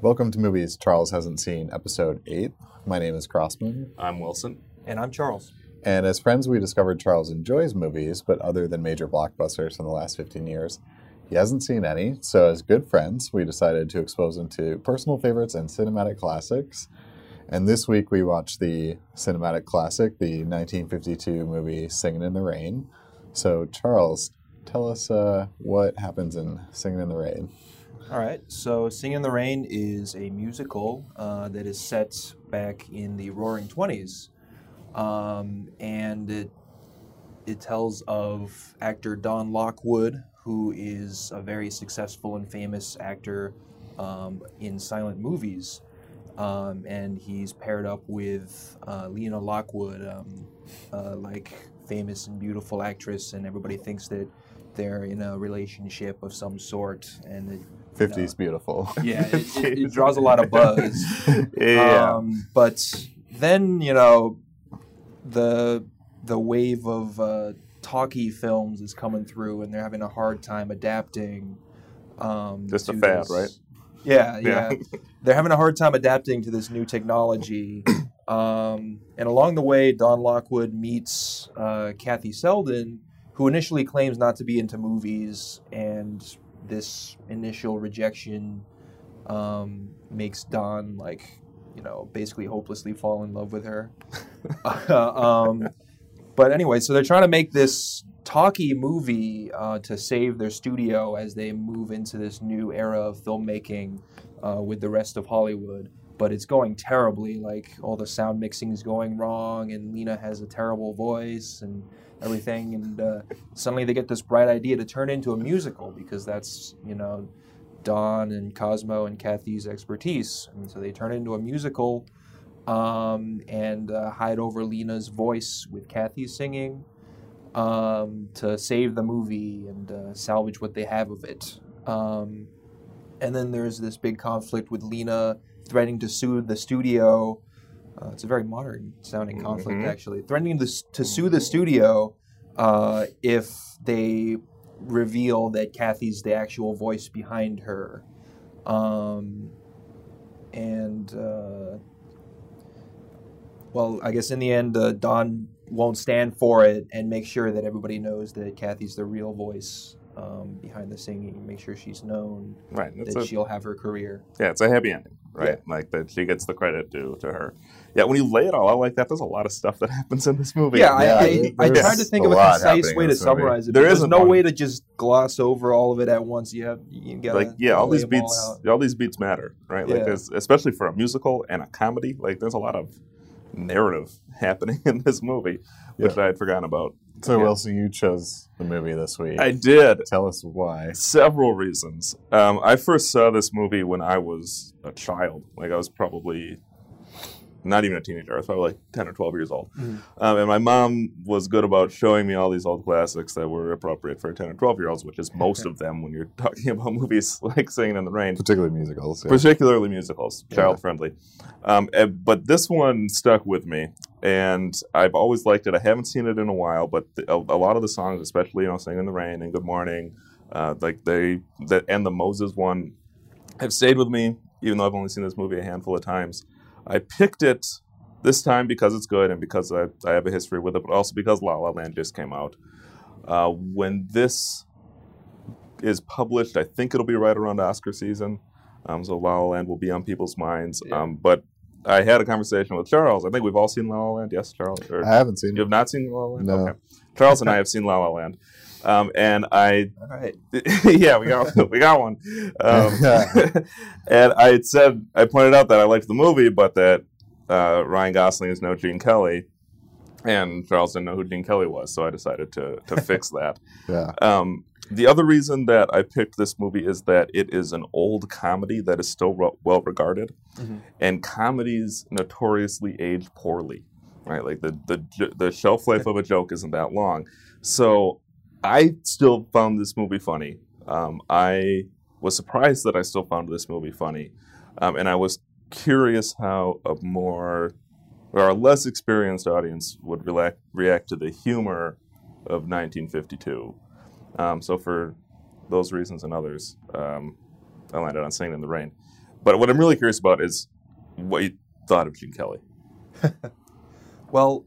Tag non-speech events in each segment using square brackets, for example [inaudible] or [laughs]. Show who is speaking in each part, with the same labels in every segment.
Speaker 1: Welcome to Movies Charles Hasn't Seen, Episode 8. My name is Crossman,
Speaker 2: I'm Wilson.
Speaker 3: And I'm Charles.
Speaker 1: and as friends, we discovered Charles enjoys movies, but other than major blockbusters in the last 15 years, he hasn't seen any. So, as good friends, we decided to expose him to personal favorites and cinematic classics. And this week, we watched the cinematic classic, the 1952 movie Singin' in the Rain. So, Charles, tell us uh, what happens in Singin' in the Rain.
Speaker 3: All right. So, Singing in the Rain is a musical uh, that is set back in the Roaring Twenties, um, and it it tells of actor Don Lockwood, who is a very successful and famous actor um, in silent movies, um, and he's paired up with uh, Lena Lockwood, um, uh, like famous and beautiful actress, and everybody thinks that they're in a relationship of some sort, and it
Speaker 1: 50s beautiful.
Speaker 3: yeah, it, it, it draws a lot
Speaker 1: [laughs]
Speaker 3: of buzz.
Speaker 2: Yeah.
Speaker 3: Um, but then you know, the the wave of uh, talkie films is coming through, and they're having a hard time adapting. Um,
Speaker 2: Just a
Speaker 3: to
Speaker 2: fad,
Speaker 3: this-
Speaker 2: right?
Speaker 3: Yeah,
Speaker 2: Yeah.
Speaker 3: yeah.
Speaker 2: [laughs]
Speaker 3: they're having a hard time adapting to this new
Speaker 2: [clears throat]
Speaker 3: technology. Um, and along the way, Don Lockwood meets uh, Kathy Selden, who initially claims not to be into movies, and this initial rejection um, makes Don like you know basically hopelessly fall in love
Speaker 2: [laughs]
Speaker 3: with her. [laughs] um, but anyway, so they're trying to make this talkie movie uh, to save their studio as they move into this new era of filmmaking uh, with the rest of Hollywood. But it's going terribly. Like all the sound mixing is going wrong, and Lena has a terrible voice and everything. And uh, suddenly they get this bright idea to turn into a musical because that's you know Don and Cosmo and Kathy's expertise. And so they turn it into a musical um, and uh, hide over Lena's voice with Kathy singing um, to save the movie and uh, salvage what they have of it. Um, and then there's this big conflict with Lena threatening to sue the studio. Uh, it's a very modern sounding conflict,
Speaker 2: Mhm.
Speaker 3: actually. Threatening to, s- to sue the studio uh, if they reveal that Kathy's the actual voice behind her. Um, and, uh, well, I guess in the end, uh, Don won't stand for it and make sure that everybody knows that Kathy's the real voice um, behind the singing, make sure she's known,
Speaker 2: Right. It's
Speaker 3: that
Speaker 2: a,
Speaker 3: she'll have her career.
Speaker 2: yeah, it's a happy ending, right? Like that she gets the credit due to her. Yeah, when you lay it all out like that, there's a lot of stuff that [laughs] happens in this movie.
Speaker 1: yeah,
Speaker 3: yeah, I,
Speaker 1: there-
Speaker 3: I, I
Speaker 2: there's
Speaker 3: tried to think
Speaker 1: a
Speaker 3: of a
Speaker 1: lot
Speaker 3: concise
Speaker 1: happening
Speaker 3: way
Speaker 1: in
Speaker 3: to
Speaker 1: this movie.
Speaker 3: summarize it.
Speaker 2: There
Speaker 3: but
Speaker 2: is
Speaker 3: There's
Speaker 2: a
Speaker 3: no
Speaker 2: lot.
Speaker 3: way to just gloss over all of it at once. You have you gotta
Speaker 2: like yeah, all
Speaker 3: lay
Speaker 2: these
Speaker 3: them all
Speaker 2: beats, all,
Speaker 3: out.
Speaker 2: these beats matter, right? Like
Speaker 3: Yeah.
Speaker 2: there's especially for a musical and a comedy, like there's a lot of narrative happening [laughs] in this movie, which I had forgotten about.
Speaker 1: So,
Speaker 2: Yeah.
Speaker 1: Wilson, you chose the movie this week.
Speaker 2: I did.
Speaker 1: Tell us why.
Speaker 2: several reasons. Um, I first saw this movie when I was a child. Like I was probably not even a teenager. I was probably like ten or twelve years old.
Speaker 3: Mhm.
Speaker 2: Um, and my mom was good about showing me all these old classics that were appropriate for ten or twelve year olds, which is most of them when you're talking about movies [laughs] like Singing in the Rain
Speaker 1: Particularly musicals. yeah.
Speaker 2: particularly musicals,
Speaker 3: Yeah.
Speaker 2: child friendly. Um, eh, but this one stuck with me, and I've always liked it. I haven't seen it in a while, but the, a, a lot of the songs, especially you know, "Sing in the Rain" and "Good Morning," uh, like they that and the Moses one, have stayed with me, even though I've only seen this movie a handful of times. I picked it this time because it's good and because I, I have a history with it, but also because La La Land just came out. Uh, when this is published, I think it'll be right around Oscar season. Um, so La La Land will be on people's minds.
Speaker 3: Yeah.
Speaker 2: Um, but I had a conversation with Charles. I think we've all seen La La Land. Yes, Charles. Or-
Speaker 1: I haven't seen
Speaker 2: you
Speaker 1: it.
Speaker 2: have not seen La La Land.
Speaker 1: No.
Speaker 2: Okay. Charles and I have seen La La Land, um, and I
Speaker 3: All right.
Speaker 2: [laughs] yeah, we got we got one. Um, [laughs] and I had said I pointed out that I liked the movie, but that uh, Ryan Gosling is no Gene Kelly, and Charles didn't know who Gene Kelly was, so I decided to to fix that.
Speaker 1: Yeah.
Speaker 2: Um, the other reason that I picked this movie is that it is an old comedy that is still re- well regarded,
Speaker 3: Mhm.
Speaker 2: and comedies notoriously age poorly, right? Like the the j- the shelf life of a joke isn't that long, so I still found this movie funny. Um, I was surprised that I still found this movie funny, um, and I was curious how a more or a less experienced audience would relac react to the humor of 1952. Um, so for those reasons and others, um, I landed on "Singing in the Rain." But what I'm really curious about is what you thought of Gene Kelly.
Speaker 3: Well,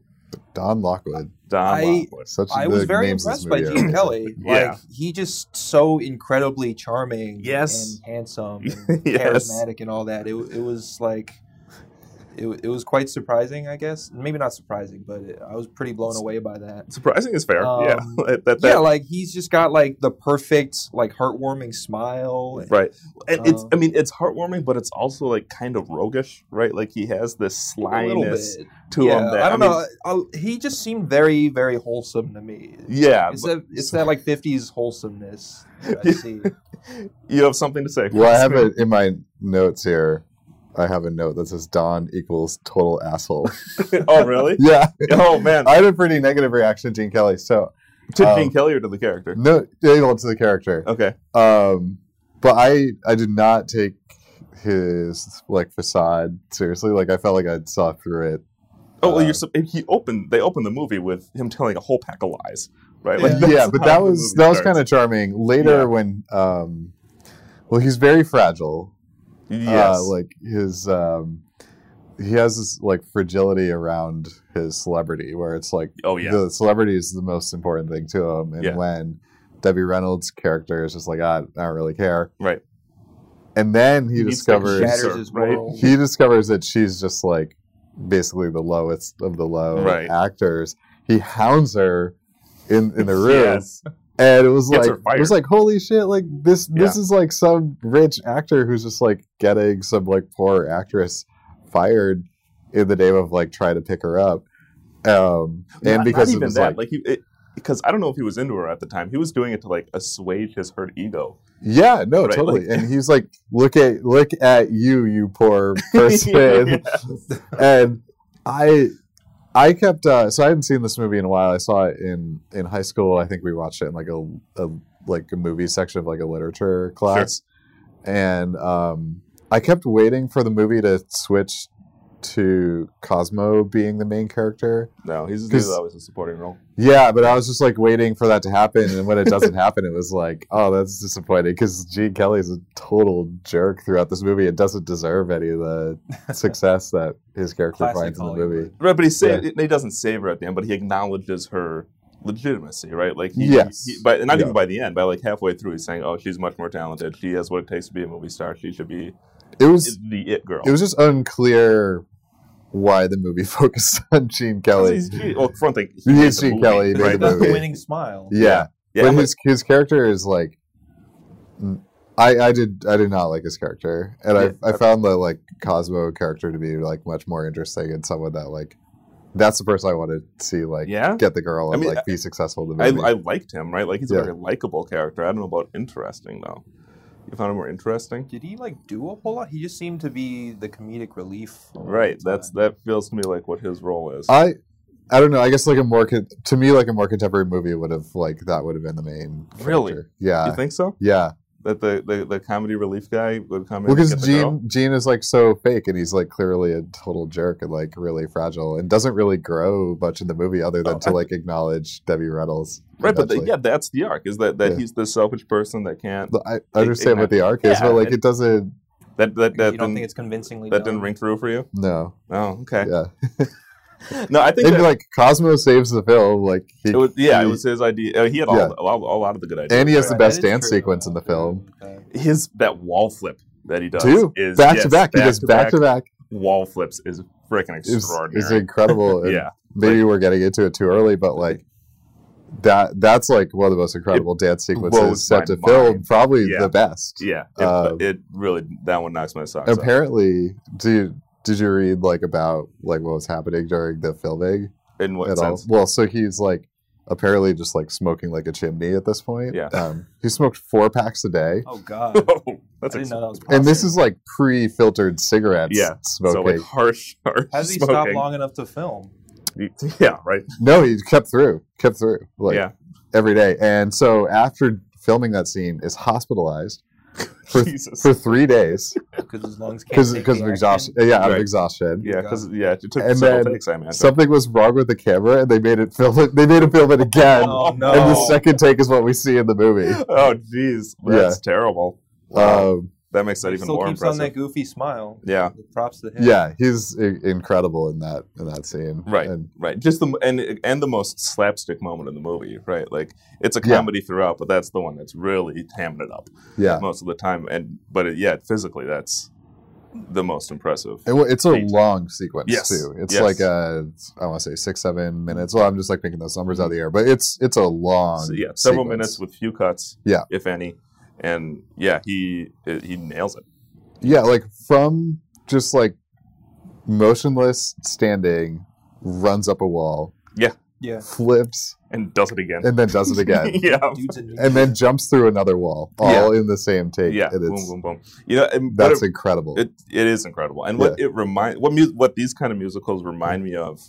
Speaker 1: Don Lockwood.
Speaker 2: Don
Speaker 3: I-
Speaker 2: Lockwood.
Speaker 1: Such
Speaker 3: I
Speaker 1: big
Speaker 3: was very
Speaker 1: names this
Speaker 3: impressed by
Speaker 1: movie
Speaker 2: [laughs]
Speaker 3: Gene
Speaker 1: already.
Speaker 3: Kelly.
Speaker 2: Yeah.
Speaker 3: Like he just so incredibly charming
Speaker 2: Yes.
Speaker 3: and handsome and
Speaker 2: [laughs] Yes.
Speaker 3: charismatic and all that. It, w- it was like it, w- it was quite surprising, I guess. Maybe not surprising, but it, I was pretty blown away by that.
Speaker 2: Surprising is fair.
Speaker 3: Um,
Speaker 2: yeah. [laughs] that, that,
Speaker 3: Yeah, like he's just got like the perfect like heartwarming smile. and-
Speaker 2: Right. And it's
Speaker 3: Um,
Speaker 2: I mean it's heartwarming, but it's also like kind of roguish, right? Like he has this
Speaker 3: A little
Speaker 2: slyness
Speaker 3: bit.
Speaker 2: to
Speaker 3: yeah,
Speaker 2: him that
Speaker 3: I don't
Speaker 2: mean,
Speaker 3: know. I, he just seemed very, very wholesome to me.
Speaker 2: Yeah.
Speaker 3: It's
Speaker 2: but
Speaker 3: that, it's that like '50s wholesomeness
Speaker 2: [laughs]
Speaker 3: that I
Speaker 2: Yeah.
Speaker 3: see.
Speaker 2: you have something to say.
Speaker 1: Well, I
Speaker 2: [laughs]
Speaker 1: have it in my notes here. I have a note that says Don equals total
Speaker 2: [laughs]
Speaker 1: asshole.
Speaker 2: oh really?
Speaker 1: [laughs] yeah,
Speaker 2: Oh
Speaker 1: [laughs]
Speaker 2: man.
Speaker 1: I had a pretty negative reaction to Gene Kelly. So
Speaker 2: to
Speaker 1: um,
Speaker 2: Gene Kelly or to the character?
Speaker 1: no, equal to the character.
Speaker 2: Okay.
Speaker 1: Um, but I I did not take his like facade seriously. Like I felt like I saw through it.
Speaker 2: Oh well,
Speaker 1: Uh,
Speaker 2: you're. sup- He opened. They opened the movie with him telling a whole pack of lies, right?
Speaker 3: Yeah.
Speaker 2: that's
Speaker 1: yeah, but
Speaker 2: how
Speaker 1: that
Speaker 2: the
Speaker 1: was
Speaker 2: movie
Speaker 1: that was
Speaker 2: starts.
Speaker 1: kind of charming. Later
Speaker 2: Yeah.
Speaker 1: when um, well he's very fragile.
Speaker 2: yes,
Speaker 1: uh, like his um he has this like fragility around his celebrity where it's like
Speaker 2: oh yeah,
Speaker 1: the celebrity is the most important thing to him and
Speaker 2: Yeah.
Speaker 1: when debbie reynolds character is just like "Ah, i don't really care
Speaker 2: right.
Speaker 1: and then he,
Speaker 2: He needs to
Speaker 1: discovers
Speaker 2: Shatter- [laughs]
Speaker 3: Shatters his
Speaker 2: Right.
Speaker 3: world.
Speaker 1: he discovers that she's just like basically the lowest of the low
Speaker 2: Right.
Speaker 1: actors he hounds her in in the room
Speaker 2: Yes.
Speaker 1: and it was
Speaker 2: Gets
Speaker 1: like
Speaker 2: her
Speaker 1: it was
Speaker 2: fired.
Speaker 1: like holy shit like this this is like some rich actor who's just like getting some like poor actress fired in the name of like trying to pick her up um and
Speaker 2: Not-
Speaker 1: because
Speaker 2: not
Speaker 1: it
Speaker 2: even
Speaker 1: was
Speaker 2: that,
Speaker 1: like
Speaker 2: like, he, it, because I don't know if he was into her at the time. He was doing it to like assuage his hurt
Speaker 1: [laughs]
Speaker 2: ego.
Speaker 1: yeah no
Speaker 2: Right,
Speaker 1: totally
Speaker 2: like-
Speaker 1: and he's like look at look at you you poor
Speaker 2: [laughs]
Speaker 1: person
Speaker 2: Yes.
Speaker 1: and I I kept uh, so I hadn't seen this movie in a while. I saw it in in high school. I think we watched it in like a, a like a movie section of like a literature class, and um, I kept waiting for the movie to switch to Cosmo being the main character.
Speaker 2: No, he's, he was
Speaker 1: 'Cause-
Speaker 2: always a supporting role.
Speaker 1: Yeah, but I was just like waiting for that to happen, and when it
Speaker 3: [laughs]
Speaker 1: doesn't happen, it was like, oh, that's disappointing because Gene Kelly's a total jerk throughout this movie. It doesn't deserve any of
Speaker 3: [laughs]
Speaker 1: the success that his character
Speaker 3: Classic
Speaker 1: finds in the
Speaker 3: Hollywood.
Speaker 1: movie.
Speaker 2: Right, but he saved, he doesn't save her at the end, but he acknowledges her legitimacy, right? Like he,
Speaker 1: Yes.
Speaker 2: he but not
Speaker 1: Yeah.
Speaker 2: even by the end, by like halfway through, he's saying, "Oh, she's much more talented. She has what it takes to be a movie star. She should be
Speaker 1: It was
Speaker 2: the it girl."
Speaker 1: It was just unclear why the movie [laughs] focused on Gene Kelly.
Speaker 2: He's- he- well, for one thing,
Speaker 1: He
Speaker 2: made
Speaker 1: is
Speaker 2: the
Speaker 1: Gene Kelly, he made
Speaker 2: right?
Speaker 1: the
Speaker 3: That's
Speaker 1: movie.
Speaker 3: the winning smile.
Speaker 1: Yeah,
Speaker 2: Yeah,
Speaker 1: but
Speaker 2: I'm
Speaker 1: his his character is like, I I did I did not like his character, and
Speaker 2: Yeah.
Speaker 1: I I found the like Cosmo character to be like much more interesting and someone that like, that's the person I want to see like
Speaker 2: like, yeah.
Speaker 1: get the girl
Speaker 2: I
Speaker 1: and
Speaker 2: mean,
Speaker 1: like be successful in the
Speaker 2: I,
Speaker 1: movie.
Speaker 2: I liked him, right? Like he's
Speaker 1: Yeah.
Speaker 2: a very likable character. I don't know about interesting though. You found him more interesting,
Speaker 3: Did he like do a whole lot? He just seemed to be the comedic relief. a lot of
Speaker 2: right?
Speaker 3: the
Speaker 2: That's
Speaker 3: time.
Speaker 2: that feels to me like what his role is.
Speaker 1: I I don't know. I guess like a more con- to me like a more contemporary movie would have like that would have been the main
Speaker 2: Really?
Speaker 1: character.
Speaker 2: Do
Speaker 1: Yeah,
Speaker 2: you think so?
Speaker 1: yeah.
Speaker 2: That the, the, the comedy relief guy would come in.
Speaker 1: Well,
Speaker 2: and
Speaker 1: because
Speaker 2: get the girl?
Speaker 1: Gene, Gene is like so fake, and he's like clearly a total jerk and like really fragile, and doesn't really grow much in the movie other than
Speaker 2: Oh,
Speaker 1: to
Speaker 2: I-
Speaker 1: like acknowledge Debbie Reynolds.
Speaker 2: right? But the,
Speaker 1: eventually.
Speaker 2: yeah, that's the arc. Is that that
Speaker 1: Yeah.
Speaker 2: he's the selfish person that can't
Speaker 1: But I I understand what the arc is,
Speaker 2: Yeah,
Speaker 1: but like
Speaker 2: it-
Speaker 1: it doesn't.
Speaker 2: that that that
Speaker 3: you don't
Speaker 2: didn't,
Speaker 3: think it's convincingly
Speaker 2: that
Speaker 3: done?
Speaker 2: didn't ring true for you?
Speaker 1: No,
Speaker 2: Oh, okay.
Speaker 1: yeah,
Speaker 2: No, I think
Speaker 1: and
Speaker 2: that,
Speaker 1: like Cosmo saves the film, like he,
Speaker 2: it was yeah, it
Speaker 1: he-
Speaker 2: was his idea. Uh, he had all,
Speaker 1: Yeah.
Speaker 2: the- a, lot, a lot of the good ideas.
Speaker 1: and he has
Speaker 3: Right,
Speaker 1: the
Speaker 3: that
Speaker 1: best
Speaker 3: is
Speaker 1: dance
Speaker 3: true.
Speaker 1: sequence in the film
Speaker 3: Okay.
Speaker 2: his that wall flip that he does
Speaker 1: too.
Speaker 2: is
Speaker 1: back
Speaker 2: yes,
Speaker 1: to back, he does back to back.
Speaker 2: wall flips is freaking
Speaker 1: It's,
Speaker 2: extraordinary.
Speaker 1: it's
Speaker 2: [laughs]
Speaker 1: incredible. and
Speaker 2: yeah,
Speaker 1: maybe we're getting into it too early, but like that that's like one of the most incredible dance
Speaker 2: blows
Speaker 1: sequences
Speaker 2: my
Speaker 1: set to film,
Speaker 2: mind.
Speaker 1: probably
Speaker 2: Yeah.
Speaker 1: the best.
Speaker 2: yeah. It,
Speaker 1: Um,
Speaker 2: it really that one knocks my socks off.
Speaker 1: Apparently, do you, did you read like about like what was happening during the filming
Speaker 2: In what
Speaker 1: at
Speaker 2: sense? [laughs]
Speaker 1: all? Well, so he's like apparently just like smoking like a chimney at this point.
Speaker 2: Yeah.
Speaker 1: Um, he smoked four packs a day.
Speaker 3: Oh
Speaker 2: [laughs]
Speaker 3: god, I
Speaker 2: That's
Speaker 3: didn't
Speaker 2: extra-
Speaker 3: know that was possible.
Speaker 1: And this is like pre-filtered cigarettes.
Speaker 2: Yeah. so
Speaker 1: smoking.
Speaker 2: like harsh, harsh
Speaker 3: How does he stop
Speaker 2: smoking.
Speaker 3: long enough to film?
Speaker 2: [laughs] Yeah, right.
Speaker 1: no, he kept through, kept through. Like
Speaker 2: yeah,
Speaker 1: every day. And so after filming that scene, is hospitalized [laughs] for
Speaker 2: Jesus.
Speaker 1: for three days
Speaker 3: Because his lungs can't.
Speaker 1: because
Speaker 3: take
Speaker 1: because
Speaker 3: the
Speaker 1: of
Speaker 3: action?
Speaker 1: exhaustion. Yeah, out of
Speaker 2: Right.
Speaker 1: exhaustion.
Speaker 2: yeah, because yeah, it took
Speaker 1: And
Speaker 2: several
Speaker 1: then
Speaker 2: takes. I imagine. [laughs]
Speaker 1: Something was wrong with the camera, and they made it film it. They made him film it again.
Speaker 3: Oh no!
Speaker 1: And the second take is what we see in the movie.
Speaker 2: oh, jeez, that's terrible. Wow.
Speaker 1: Um,
Speaker 2: that makes that even
Speaker 3: Still
Speaker 2: more
Speaker 3: keeps
Speaker 2: impressive.
Speaker 3: on that goofy smile.
Speaker 2: yeah,
Speaker 3: The props to him.
Speaker 1: Yeah, he's I- incredible in that in that scene.
Speaker 2: Right.
Speaker 1: And
Speaker 2: right. Just the and and the most slapstick moment in the movie, right? Like it's a
Speaker 1: Yeah.
Speaker 2: comedy throughout, but that's the one that's really hamming it up
Speaker 1: yeah,
Speaker 2: most of the time. And but it, yeah, physically, that's the most impressive.
Speaker 1: It wa- it's a
Speaker 2: Eight.
Speaker 1: long sequence
Speaker 2: Yes.
Speaker 1: too. It's
Speaker 2: Yes.
Speaker 1: like a I want to say six seven minutes. Well, I'm just like making those numbers out of the air, but it's it's a long
Speaker 2: So, yeah, several
Speaker 1: sequence.
Speaker 2: minutes with few cuts,
Speaker 1: Yeah.
Speaker 2: if any. And yeah, he he nails it.
Speaker 1: Yeah, like from just like motionless standing, runs up a wall,
Speaker 3: Yeah.
Speaker 1: flips,
Speaker 2: and does it again.
Speaker 1: and then does it
Speaker 2: [laughs]
Speaker 1: again,
Speaker 2: yeah.
Speaker 3: Dude's a neat-
Speaker 1: and then jumps through another wall, all in the same take.
Speaker 2: Yeah,
Speaker 1: and
Speaker 2: boom,
Speaker 1: it's,
Speaker 2: boom, boom. You know, and what
Speaker 1: that's
Speaker 2: it,
Speaker 1: incredible. [laughs]
Speaker 2: it, it is incredible. And what it remind what mu- what these kind of musicals remind me of,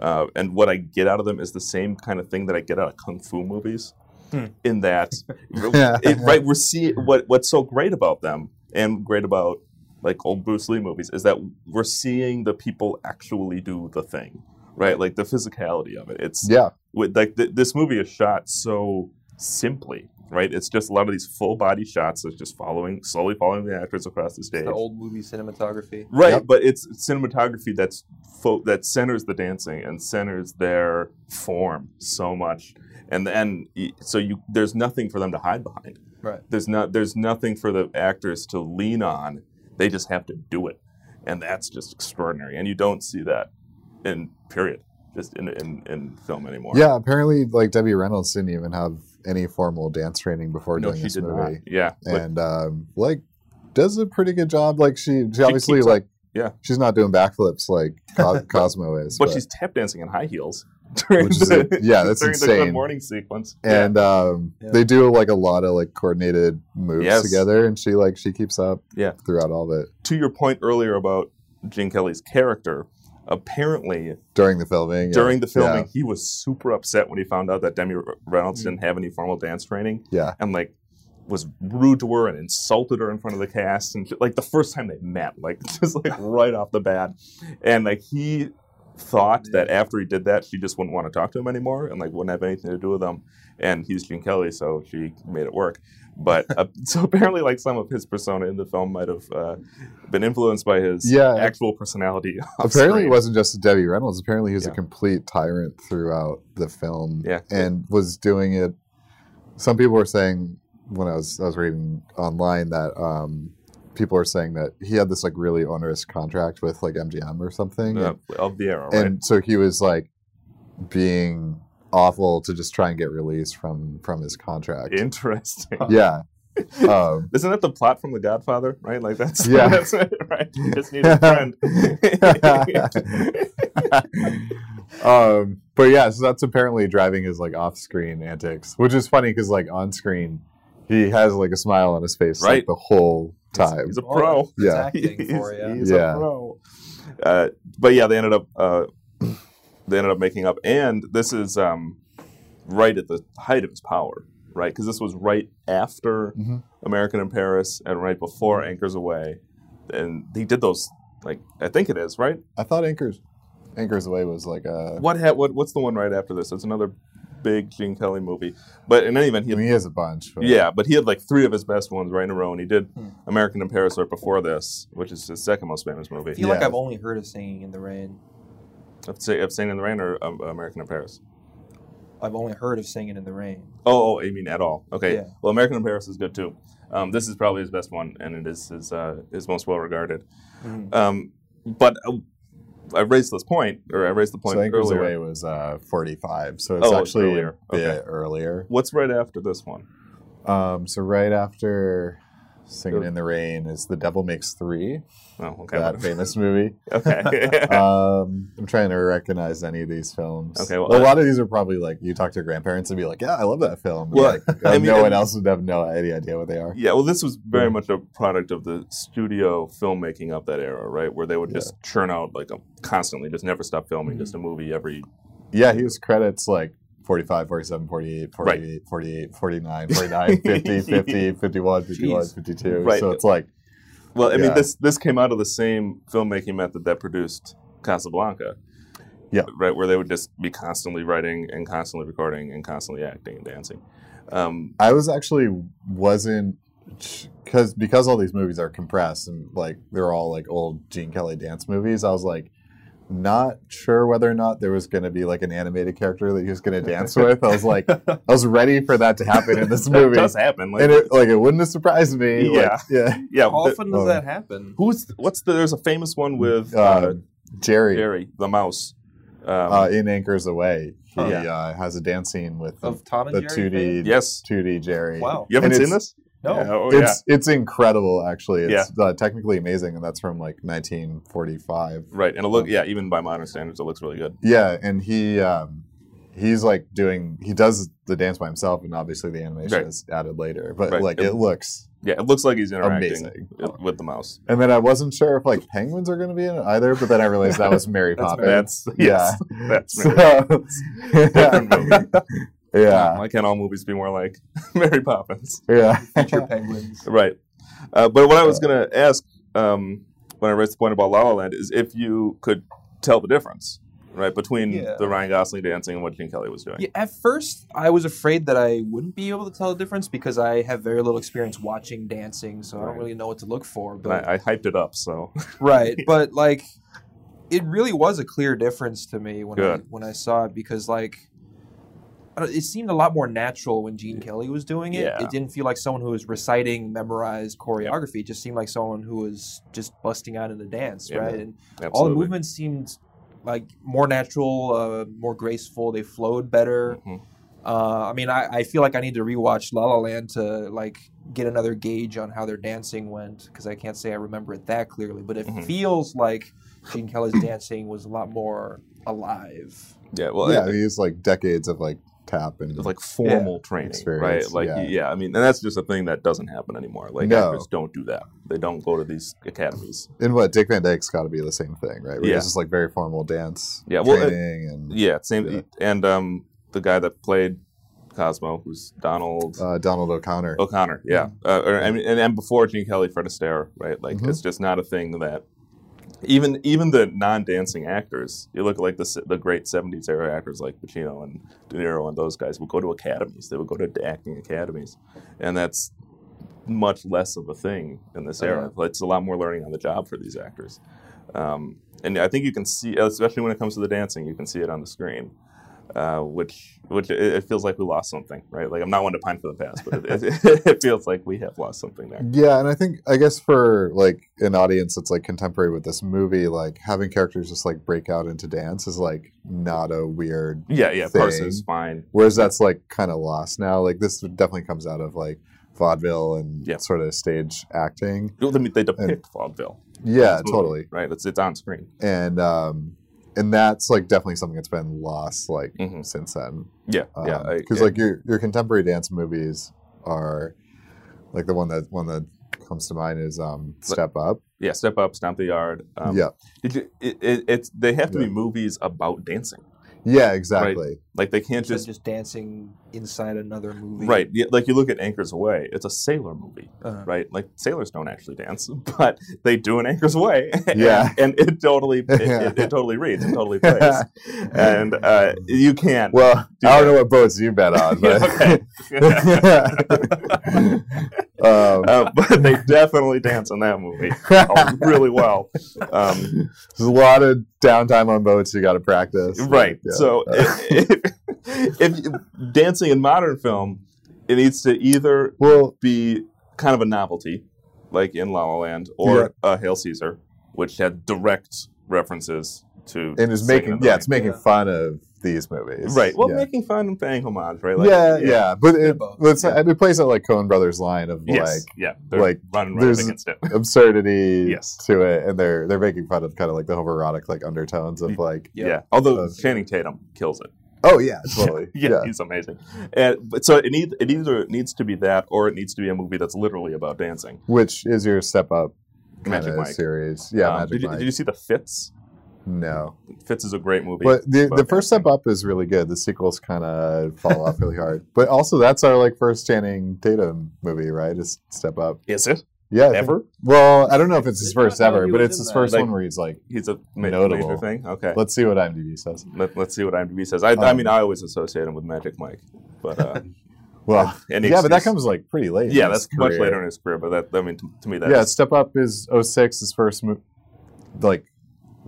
Speaker 2: uh, and what I get out of them is the same kind of thing that I get out of kung fu movies.
Speaker 3: Hmm.
Speaker 2: In that,
Speaker 1: Yeah.
Speaker 2: it, right, we're seeing what what's so great about them and great about like old Bruce Lee movies is that we're seeing the people actually do the thing, right? Like the physicality of it. It's
Speaker 1: yeah,
Speaker 2: with like th- this movie is shot so simply right it's just a lot of these full body shots that's just following slowly following the actors across the stage
Speaker 3: The old movie cinematography.
Speaker 2: right
Speaker 1: Yep.
Speaker 2: but it's cinematography that's fo- that centers the dancing and centers their form so much and and y- so you there's nothing for them to hide behind
Speaker 3: Right.
Speaker 2: there's not there's nothing for the actors to lean on they just have to do it and that's just extraordinary and you don't see that in period just in in, in film anymore
Speaker 1: yeah. Apparently, like Debbie Reynolds didn't even have any formal dance training before
Speaker 2: no,
Speaker 1: doing
Speaker 2: she
Speaker 1: this
Speaker 2: did
Speaker 1: movie.
Speaker 2: not. Yeah, but
Speaker 1: and um, like does a pretty good job. Like she, she obviously
Speaker 2: keeps up.
Speaker 1: like
Speaker 2: Yeah.
Speaker 1: she's not doing backflips like
Speaker 2: [laughs]
Speaker 1: Co- Cosmo is,
Speaker 2: but she's tap dancing in high heels. [laughs]
Speaker 1: Which is a- yeah, that's
Speaker 2: during the
Speaker 1: insane.
Speaker 2: good morning sequence.
Speaker 1: and um,
Speaker 3: Yeah.
Speaker 1: they do like a lot of like coordinated moves
Speaker 2: Yes.
Speaker 1: together, and she like she keeps up
Speaker 2: Yeah.
Speaker 1: throughout all of it
Speaker 2: Yeah. to your point earlier about Gene Kelly's character, apparently
Speaker 1: during the filming. yeah.
Speaker 2: during the filming, he was super upset when he found out that Demi Reynolds
Speaker 3: Mm.
Speaker 2: didn't have any formal dance training,
Speaker 1: yeah,
Speaker 2: and like was rude to her and insulted her in front of the cast, and like the first time they met, like [laughs] just
Speaker 1: [laughs]
Speaker 2: like right off the bat, and like he thought that after he did that, she just wouldn't want to talk to him anymore and like wouldn't have anything to do with him. And he's Gene Kelly, so she made it work. But
Speaker 1: [laughs]
Speaker 2: uh, so apparently, like some of his persona in the film might have uh, been influenced by his
Speaker 1: Yeah.
Speaker 2: actual personality. [laughs] off
Speaker 1: Apparently, it
Speaker 2: screen.
Speaker 1: wasn't just Debbie Reynolds. Apparently, he was a
Speaker 2: Yeah.
Speaker 1: complete tyrant throughout the film,
Speaker 2: Yeah.
Speaker 1: and was doing it. Some people were saying when I was I was reading online that um, people were saying that he had this like really onerous contract with like MGM or something,
Speaker 2: uh,
Speaker 1: and,
Speaker 2: of the era, right?
Speaker 1: and so he was like being awful to just try and get released from from his contract.
Speaker 2: [laughs] Interesting.
Speaker 1: yeah. [laughs] Um,
Speaker 2: Isn't that the plot from The Godfather? Right? Like that's
Speaker 1: Yeah.
Speaker 2: [laughs] That's it, right.
Speaker 1: [laughs]
Speaker 2: You just need a friend.
Speaker 1: [laughs] um, but yeah, so that's apparently driving his like off-screen antics, which is funny because like on-screen, he has like a smile on his face like
Speaker 2: Right.
Speaker 1: the whole [laughs] time.
Speaker 2: He's a pro.
Speaker 3: Oh, that's
Speaker 1: Yeah.
Speaker 3: acting
Speaker 2: [laughs]
Speaker 3: for
Speaker 2: He's-
Speaker 3: ya.
Speaker 2: he's
Speaker 1: Yeah.
Speaker 2: a pro. Uh, but yeah, they ended up uh, they ended up making up, and this is um, right at the height of his power, right? Because this was right after
Speaker 1: Mhm.
Speaker 2: American in Paris and right before Anchors Away, and he did those like I think it is right.
Speaker 1: I thought Anchors, Anchors Away was like uh, a.
Speaker 2: What ha- what what's the one right after this? It's another big Gene Kelly movie, but in any event, he
Speaker 1: I
Speaker 2: had
Speaker 1: mean, he has a bunch. But
Speaker 2: Yeah, but he had like three of his best ones right in a row, and he did
Speaker 3: Hmm.
Speaker 2: American in Paris right before this, which is his second most famous
Speaker 3: I
Speaker 2: movie.
Speaker 3: feel like
Speaker 1: Yeah.
Speaker 3: I've only heard of Singing in the Rain.
Speaker 2: Of Sa- of Singing in the Rain or um, American in Paris?
Speaker 3: I've only heard of Singing in the Rain.
Speaker 2: Oh, oh, I mean at all. Okay.
Speaker 3: Yeah.
Speaker 2: Well, American in Paris is good too. Um, this is probably his best one, and it is his uh, his most well regarded.
Speaker 3: [laughs]
Speaker 2: Um, but uh, I raised this point, or I raised the point
Speaker 1: So Anchors Away
Speaker 2: earlier.
Speaker 1: was uh, 45, so it's
Speaker 2: Oh, it's
Speaker 1: actually
Speaker 2: earlier.
Speaker 1: a bit
Speaker 2: Okay.
Speaker 1: earlier.
Speaker 2: What's right after this one?
Speaker 1: Um, so right after Singing
Speaker 2: Sure.
Speaker 1: in the Rain is The Devil Makes Three,
Speaker 2: Oh, okay.
Speaker 1: that famous movie.
Speaker 2: [laughs] okay.
Speaker 1: um, I'm trying to recognize any of these films.
Speaker 2: Okay, well,
Speaker 1: a
Speaker 2: I-
Speaker 1: lot of these are probably like you talk to your grandparents and be like, "Yeah, I love that film." And
Speaker 2: Well,
Speaker 1: like,
Speaker 2: I
Speaker 1: no
Speaker 2: mean,
Speaker 1: one
Speaker 2: I-
Speaker 1: else would have no any idea what they are.
Speaker 2: Yeah, well, this was very
Speaker 1: Yeah.
Speaker 2: much a product of the studio filmmaking of that era, right? Where they would just churn out like a, constantly, just never stop filming, just a
Speaker 1: Mm-hmm.
Speaker 2: movie every.
Speaker 1: Yeah, he was credits like 45, 47, 48, 48, 48, 49, 49,
Speaker 2: [laughs]
Speaker 1: 50, 50, 51, 51,
Speaker 3: Jeez.
Speaker 1: 52.
Speaker 2: Right.
Speaker 1: So it's like,
Speaker 2: Well, I
Speaker 1: Yeah.
Speaker 2: mean, this this came out of the same filmmaking method that produced Casablanca.
Speaker 1: Yeah.
Speaker 2: Right, where they would just be constantly writing and constantly recording and constantly acting and dancing. Um,
Speaker 1: I was actually wasn't because because all these movies are compressed and like they're all like old Gene Kelly dance movies. I was like, not sure whether or not there was going to be like an animated character that he was going to dance with. I was like, I was ready for that to happen [laughs] in this
Speaker 2: [laughs] That
Speaker 1: movie,
Speaker 2: does happen. Like,
Speaker 1: and it like it wouldn't have surprised me. like,
Speaker 2: Yeah.
Speaker 1: yeah.
Speaker 2: yeah.
Speaker 3: How
Speaker 2: the-
Speaker 3: often does
Speaker 1: oh.
Speaker 3: that happen?
Speaker 2: who's what's the? There's a famous one with uh,
Speaker 1: Uh, Jerry
Speaker 2: Jerry the mouse. Um,
Speaker 1: uh, in Anchors Away, he
Speaker 2: Oh, yeah.
Speaker 1: uh, has a dance scene with the,
Speaker 3: Of Tom and
Speaker 1: the
Speaker 3: Jerry?
Speaker 1: 2D
Speaker 3: fame?
Speaker 2: yes.
Speaker 1: 2D Jerry.
Speaker 3: Wow.
Speaker 2: You haven't
Speaker 1: And
Speaker 2: seen
Speaker 1: it's-
Speaker 2: this?
Speaker 3: No. [laughs]
Speaker 2: Yeah, oh, yeah.
Speaker 1: It's it's incredible actually. It's uh, technically amazing, and that's from like 1945.
Speaker 2: Right, and it look, yeah, even by modern standards, it looks really good.
Speaker 1: Yeah, and he um, he's like doing he does the dance by himself, and obviously the animation
Speaker 2: Right.
Speaker 1: is added later. But
Speaker 2: Right.
Speaker 1: like
Speaker 2: It-
Speaker 1: it looks
Speaker 2: Yeah, it looks like he's interacting
Speaker 1: amazing.
Speaker 2: i- with the mouse.
Speaker 1: And then I wasn't sure if like penguins are going to be in it either, but then I realized that
Speaker 2: [laughs]
Speaker 1: was Mary
Speaker 3: That's
Speaker 1: Poppins. [laughs]
Speaker 2: That's yes, that's
Speaker 1: So, [laughs]
Speaker 2: different movie.
Speaker 1: yeah,
Speaker 2: Why can't all movies be more like [laughs] Mary Poppins?
Speaker 1: yeah.
Speaker 3: Feature
Speaker 2: [laughs]
Speaker 3: penguins.
Speaker 2: Right. Uh, but what I was going to ask um, when I raised the point about La La Land is if you could tell the difference, right, between
Speaker 3: Yeah.
Speaker 2: the Ryan Gosling dancing and what Gene Kelly was doing.
Speaker 3: Yeah, at first, I was afraid that I wouldn't be able to tell the difference because I have very little experience watching dancing, so I don't
Speaker 2: Right.
Speaker 3: really know what to look for.
Speaker 2: And
Speaker 3: But
Speaker 2: I, I hyped it up, so [laughs]
Speaker 3: right but like it really was a clear difference to me when I,
Speaker 2: Good.
Speaker 3: when I saw it because like I don't- it seemed a lot more natural when Gene Kelly was doing it.
Speaker 2: Yeah.
Speaker 3: It didn't feel like someone who was reciting memorized choreography. It just seemed like someone who was just busting out in a dance,
Speaker 2: Yeah.
Speaker 3: right? And
Speaker 2: absolutely.
Speaker 3: all the movements seemed like more natural, uh, more graceful. They flowed better.
Speaker 2: Mhm.
Speaker 3: Uh, I mean, I, I feel like I need to rewatch La La Land to like get another gauge on how their dancing went because I can't say I remember it that clearly, but it
Speaker 2: Mhm.
Speaker 3: feels like Gene Kelly's dancing was a lot more alive.
Speaker 2: Yeah, well,
Speaker 1: yeah,
Speaker 2: it-
Speaker 1: he's like decades of like tap and
Speaker 2: it's like formal training,
Speaker 1: Experience,
Speaker 2: right? Like,
Speaker 1: yeah.
Speaker 2: yeah. I mean, and that's just a thing that doesn't happen anymore. Like,
Speaker 1: No.
Speaker 2: actors don't do that. They don't go to these academies.
Speaker 1: and what Dick Van Dyke's got to be the same thing, right? Where
Speaker 2: Yeah.
Speaker 1: It's just like very formal dance
Speaker 2: Yeah, well, uh, it-
Speaker 1: training and
Speaker 2: Yeah, same.
Speaker 1: Yeah.
Speaker 2: And um, the guy that played Cosmo, who's Donald
Speaker 1: uh, Donald O'Connor.
Speaker 2: O'Connor, yeah. Mm-hmm. Uh, or, I mean, and, and before Gene Kelly, Fred Astaire, right? Like,
Speaker 1: Mhm.
Speaker 2: it's just not a thing that even even the non-dancing actors. You look at, like the s- the great '70s era actors like Pacino and De Niro and those guys would go to academies. They would go to acting academies, and that's much less of a thing in this era. It's a lot more learning on the job for these actors. Um, and I think you can see, especially when it comes to the dancing, you can see it on the screen, uh, which which it, it feels like we lost something, right? Like I'm not one to pine for the past, but it, it, [laughs] it feels like we have lost something there.
Speaker 1: Yeah, and I think I guess for like an audience that's like contemporary with this movie, like having characters just like break out into dance is like not a weird.
Speaker 2: Yeah, yeah,
Speaker 1: Thing.
Speaker 2: Parsons fine.
Speaker 1: Whereas that's like kind of lost now. Like this definitely comes out of like vaudeville and
Speaker 2: Yeah.
Speaker 1: sort of stage acting.
Speaker 2: They, they depict vaudeville.
Speaker 1: Yeah,
Speaker 2: It's moving,
Speaker 1: totally.
Speaker 2: Right, it's it's on screen.
Speaker 1: And um, and that's like definitely something that's been lost like
Speaker 2: hmm
Speaker 1: since then.
Speaker 2: Yeah, yeah, I-
Speaker 1: because
Speaker 2: I-
Speaker 1: Um, like your your contemporary dance movies are like the one that one that comes to mind is um Step Up.
Speaker 2: yeah, step up, stomp the yard. Um,
Speaker 1: yeah,
Speaker 2: did you, it, it, it's they have to
Speaker 1: Yeah.
Speaker 2: be movies about dancing.
Speaker 1: yeah, exactly.
Speaker 2: Like they can't just
Speaker 3: Just, just dancing inside another movie.
Speaker 2: right. yeah, Like you look at Anchors Away, it's a sailor movie.
Speaker 3: Uh,
Speaker 2: right? Like sailors don't actually dance, [laughs] but they do in Anchor's Way. And-
Speaker 1: Yeah.
Speaker 2: [laughs] and, it
Speaker 1: [laughs]
Speaker 2: totally it, it, it totally reads, it totally plays, and uh, you can't.
Speaker 1: Well,
Speaker 2: Do
Speaker 1: I don't
Speaker 2: that.
Speaker 1: know what boats you bet
Speaker 2: [laughs]
Speaker 1: on, but
Speaker 2: Okay.
Speaker 1: [laughs] um,
Speaker 2: [laughs]
Speaker 1: [laughs]
Speaker 2: Uh, but they definitely dance in that movie uh, really well.
Speaker 1: [laughs]
Speaker 2: Um,
Speaker 1: there's a lot of downtime on boats. You got to practice,
Speaker 2: right.
Speaker 1: Yeah.
Speaker 2: So
Speaker 1: Uh,
Speaker 2: if, [laughs] if, if dancing in modern film, it needs to either
Speaker 1: well,
Speaker 2: be kind of a novelty, like in La La Land or uh, Hail Caesar, which had direct references to
Speaker 1: and it's
Speaker 2: Singing
Speaker 1: making
Speaker 2: in the
Speaker 1: yeah,
Speaker 2: Rain.
Speaker 1: it's making
Speaker 3: Yeah.
Speaker 1: fun of these movies,
Speaker 2: Right. Well,
Speaker 1: yeah.
Speaker 2: making fun and paying homage, right?
Speaker 1: yeah, yeah, but it,
Speaker 3: both.
Speaker 1: but it's- it plays out like Coen Brothers' line of
Speaker 2: Yes. yeah. They're
Speaker 1: like,
Speaker 2: running right
Speaker 1: there's-
Speaker 2: up against it.
Speaker 1: like absurdity
Speaker 2: Yes.
Speaker 1: to it, and they're they're making fun of kind of like the homoerotic like undertones of like
Speaker 2: Mm. Yeah.
Speaker 3: Yeah.
Speaker 2: Although
Speaker 1: Uh,
Speaker 2: Channing Tatum kills it.
Speaker 1: oh yeah, totally
Speaker 2: [laughs] Yeah, he's amazing. And but so it needs it either needs to be that or it needs to be a movie that's literally about dancing.
Speaker 1: which is your step up kind
Speaker 2: Magic
Speaker 1: of
Speaker 2: Mike.
Speaker 1: series, yeah,
Speaker 2: Um,
Speaker 1: Magic
Speaker 2: did, you,
Speaker 1: Mike.
Speaker 2: did you Mm-hmm. see the Fitz?
Speaker 1: no,
Speaker 2: Fitz is a great movie.
Speaker 1: But the,
Speaker 2: about
Speaker 1: the first
Speaker 2: dancing.
Speaker 1: step up is really good. The sequels kind of fall off really
Speaker 2: [laughs]
Speaker 1: hard. But also, that's our like first Channing Tatum movie, right? Is Step Up.
Speaker 2: Is it
Speaker 1: Yeah. I think-
Speaker 2: ever?
Speaker 1: well, I don't know if it's his
Speaker 3: I
Speaker 1: first
Speaker 3: thought he
Speaker 1: ever, but
Speaker 3: was
Speaker 1: it's
Speaker 3: in
Speaker 1: his
Speaker 3: that.
Speaker 1: first
Speaker 2: Like-
Speaker 1: one where he's like,
Speaker 2: He's a ma-
Speaker 1: Notable.
Speaker 2: major thing. Okay.
Speaker 1: "Let's see what IMDb says."
Speaker 2: Uh, Let, us see what IMDb says. I, I
Speaker 1: Um, [laughs]
Speaker 2: mean, I always associate him with Magic Mike, but uh,
Speaker 1: Well,
Speaker 2: And
Speaker 1: yeah, but that
Speaker 2: excuse-
Speaker 1: comes like pretty late. in
Speaker 2: yeah,
Speaker 1: his
Speaker 2: that's much
Speaker 1: career.
Speaker 2: later in his career. But that I mean, to, to me, that
Speaker 1: yeah, Step Up is 06, his first mo- like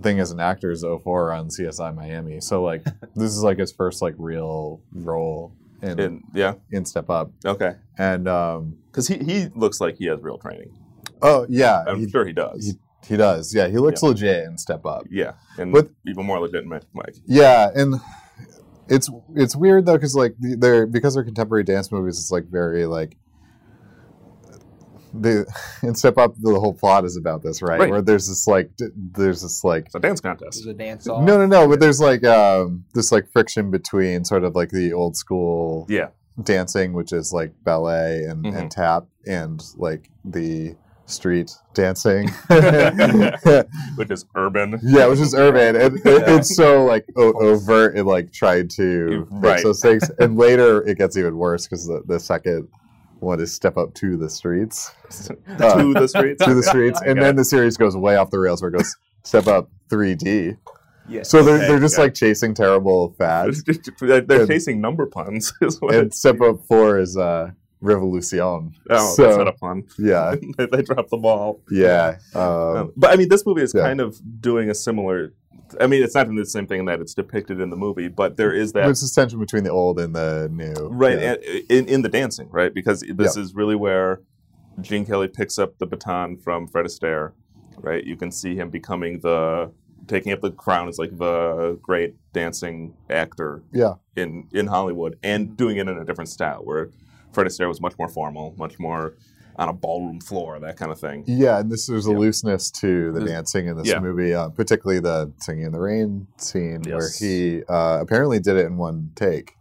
Speaker 1: thing as an actor is 04 on CSI Miami. So like this is like his first like real role in in,
Speaker 2: and, yeah,
Speaker 1: Step Up.
Speaker 2: okay,
Speaker 1: And um
Speaker 2: because he he looks like he has real training.
Speaker 1: oh yeah,
Speaker 2: I'm
Speaker 1: he,
Speaker 2: sure he does.
Speaker 1: he he does. Yeah, he looks legit in Step Up.
Speaker 2: yeah, and
Speaker 1: But-
Speaker 2: even more legitimate, Mike.
Speaker 1: Yeah, and it's it's weird though because like they're because they're contemporary dance movies. It's like very like the [laughs] in Step Up the whole plot is about this, right?
Speaker 2: Right.
Speaker 1: Where there's this like d- there's this like
Speaker 2: It's a dance
Speaker 3: This
Speaker 2: contest.
Speaker 3: is a dance
Speaker 1: no
Speaker 3: off.
Speaker 1: no no, but there's like um this like friction between sort of like the old school
Speaker 2: Yeah, Mm-hmm.
Speaker 1: dancing, which is like ballet and, and tap, and like the street
Speaker 2: [laughs]
Speaker 1: dancing. [laughs]
Speaker 2: which is urban.
Speaker 1: Yeah, it was just urban. And it,
Speaker 2: Yeah.
Speaker 1: it's so like o- overt. It like tried to
Speaker 2: Right.
Speaker 1: fix those things, and later it gets even worse because the, the second one is step up to the streets,
Speaker 2: [laughs] to
Speaker 1: [laughs]
Speaker 2: the streets.
Speaker 1: to the
Speaker 2: [laughs]
Speaker 1: streets, and
Speaker 2: Okay.
Speaker 1: then the series goes way off the rails where it goes step up 3D.
Speaker 3: Yes.
Speaker 1: So they're
Speaker 2: Okay,
Speaker 1: they're just
Speaker 2: yeah.
Speaker 1: like chasing terrible fads,
Speaker 2: they're, they're
Speaker 1: And-
Speaker 2: chasing number puns. [laughs] Is what
Speaker 1: and step up four is uh, revolution.
Speaker 2: oh, that's
Speaker 1: So-
Speaker 2: not a pun.
Speaker 1: [laughs]
Speaker 2: [laughs]
Speaker 1: Yeah,
Speaker 2: they, they dropped the ball.
Speaker 1: yeah.
Speaker 2: Um,
Speaker 1: Um,
Speaker 2: but I mean, this movie is
Speaker 1: yeah.
Speaker 2: kind of doing a similar. I mean, it's not the same thing in that it's depicted in the movie, but there is that
Speaker 1: it's this tension between the old and the new,
Speaker 2: right
Speaker 1: Yeah.
Speaker 2: and- uh, in in the dancing, right? Because this is really where Gene Kelly picks up the baton from Fred Astaire, right? You can see him becoming the taking up the crown as like the great dancing actor
Speaker 1: yeah, Mm-hmm.
Speaker 2: in in Hollywood and doing it in a different style where Fred Astaire was much more formal, much more on a ballroom floor, that kind of thing.
Speaker 1: Yeah, and this there's a
Speaker 2: Yeah.
Speaker 1: looseness to the
Speaker 2: There's-
Speaker 1: dancing in this
Speaker 2: yeah.
Speaker 1: movie, uh, particularly the singing in the rain scene where
Speaker 2: Yes.
Speaker 1: he uh, apparently did it in one take.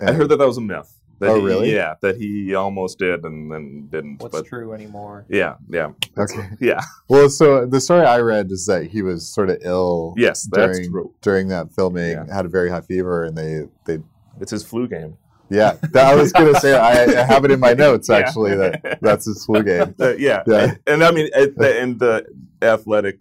Speaker 2: I heard that that was a myth. That
Speaker 1: Oh,
Speaker 2: he,
Speaker 1: really?
Speaker 2: Yeah, that he almost did and then didn't.
Speaker 3: What's
Speaker 2: but
Speaker 3: true anymore?
Speaker 2: yeah, yeah,
Speaker 1: Okay.
Speaker 2: yeah.
Speaker 1: Well, so the story I read is that he was sort of ill
Speaker 2: Yes, that's
Speaker 1: during
Speaker 2: true.
Speaker 1: during that filming,
Speaker 2: Yeah.
Speaker 1: had a very high fever, and they they
Speaker 2: It's his flu game.
Speaker 1: yeah. That, I was gonna say I, I have it in
Speaker 2: [laughs]
Speaker 1: my notes
Speaker 2: Yeah.
Speaker 1: actually
Speaker 2: [laughs]
Speaker 1: that that's his flu game.
Speaker 2: Uh, yeah.
Speaker 1: Yeah.
Speaker 2: and, and I mean, at the, and the athletic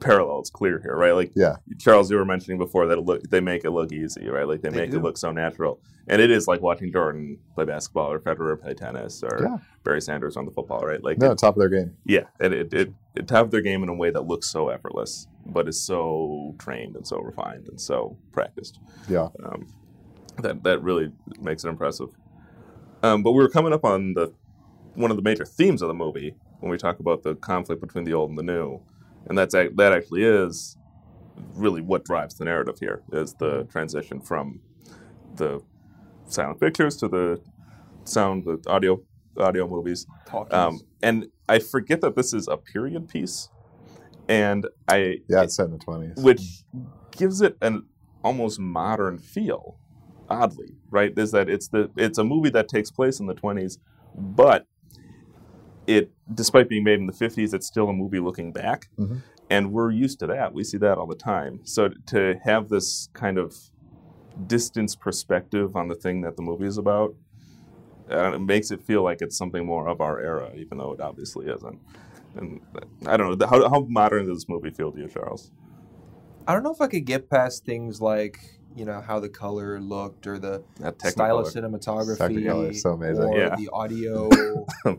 Speaker 2: parallel is clear here, right? Like,
Speaker 1: Yeah.
Speaker 2: Charles, you were mentioning before that it look, they make it look easy, right? Like they,
Speaker 3: They
Speaker 2: make
Speaker 3: do.
Speaker 2: it look so natural, and it is like watching Jordan play basketball or Federer play tennis or
Speaker 1: Yeah.
Speaker 2: Barry Sanders on the football, right? Like,
Speaker 1: No,
Speaker 2: it-
Speaker 1: top of their game.
Speaker 2: yeah, and it it it to have their game in a way that looks so effortless, but is so trained and so refined and so practiced.
Speaker 1: Yeah.
Speaker 2: Um, that that really makes it impressive. Um, but we were coming up on the one of the major themes of the movie when we talk about the conflict between the old and the new, and that's ac- that actually is really what drives the narrative here is the transition from the silent pictures to the sound, the audio audio movies,
Speaker 3: Talkies.
Speaker 2: um, and I forget that this is a period piece, and I
Speaker 1: Yeah, it's set in the twenties.
Speaker 2: which gives it an almost modern feel oddly right is that it's the it's a movie that takes place in the 20s but it despite being made in the 50s it's still a movie looking back
Speaker 1: Mhm.
Speaker 2: and we're used to that we see that all the time so to have this kind of distance perspective on the thing that the movie is about uh, it makes it feel like it's something more of our era even though it obviously isn't and uh, i don't know how, how modern does this movie feel to you charles
Speaker 3: I don't know if I could get past things like you know how the color looked or the
Speaker 2: That
Speaker 3: style of
Speaker 2: Technicolor.
Speaker 3: cinematography,
Speaker 1: Technicolor is so amazing.
Speaker 3: or
Speaker 2: Yeah.
Speaker 3: the
Speaker 1: [laughs]
Speaker 3: audio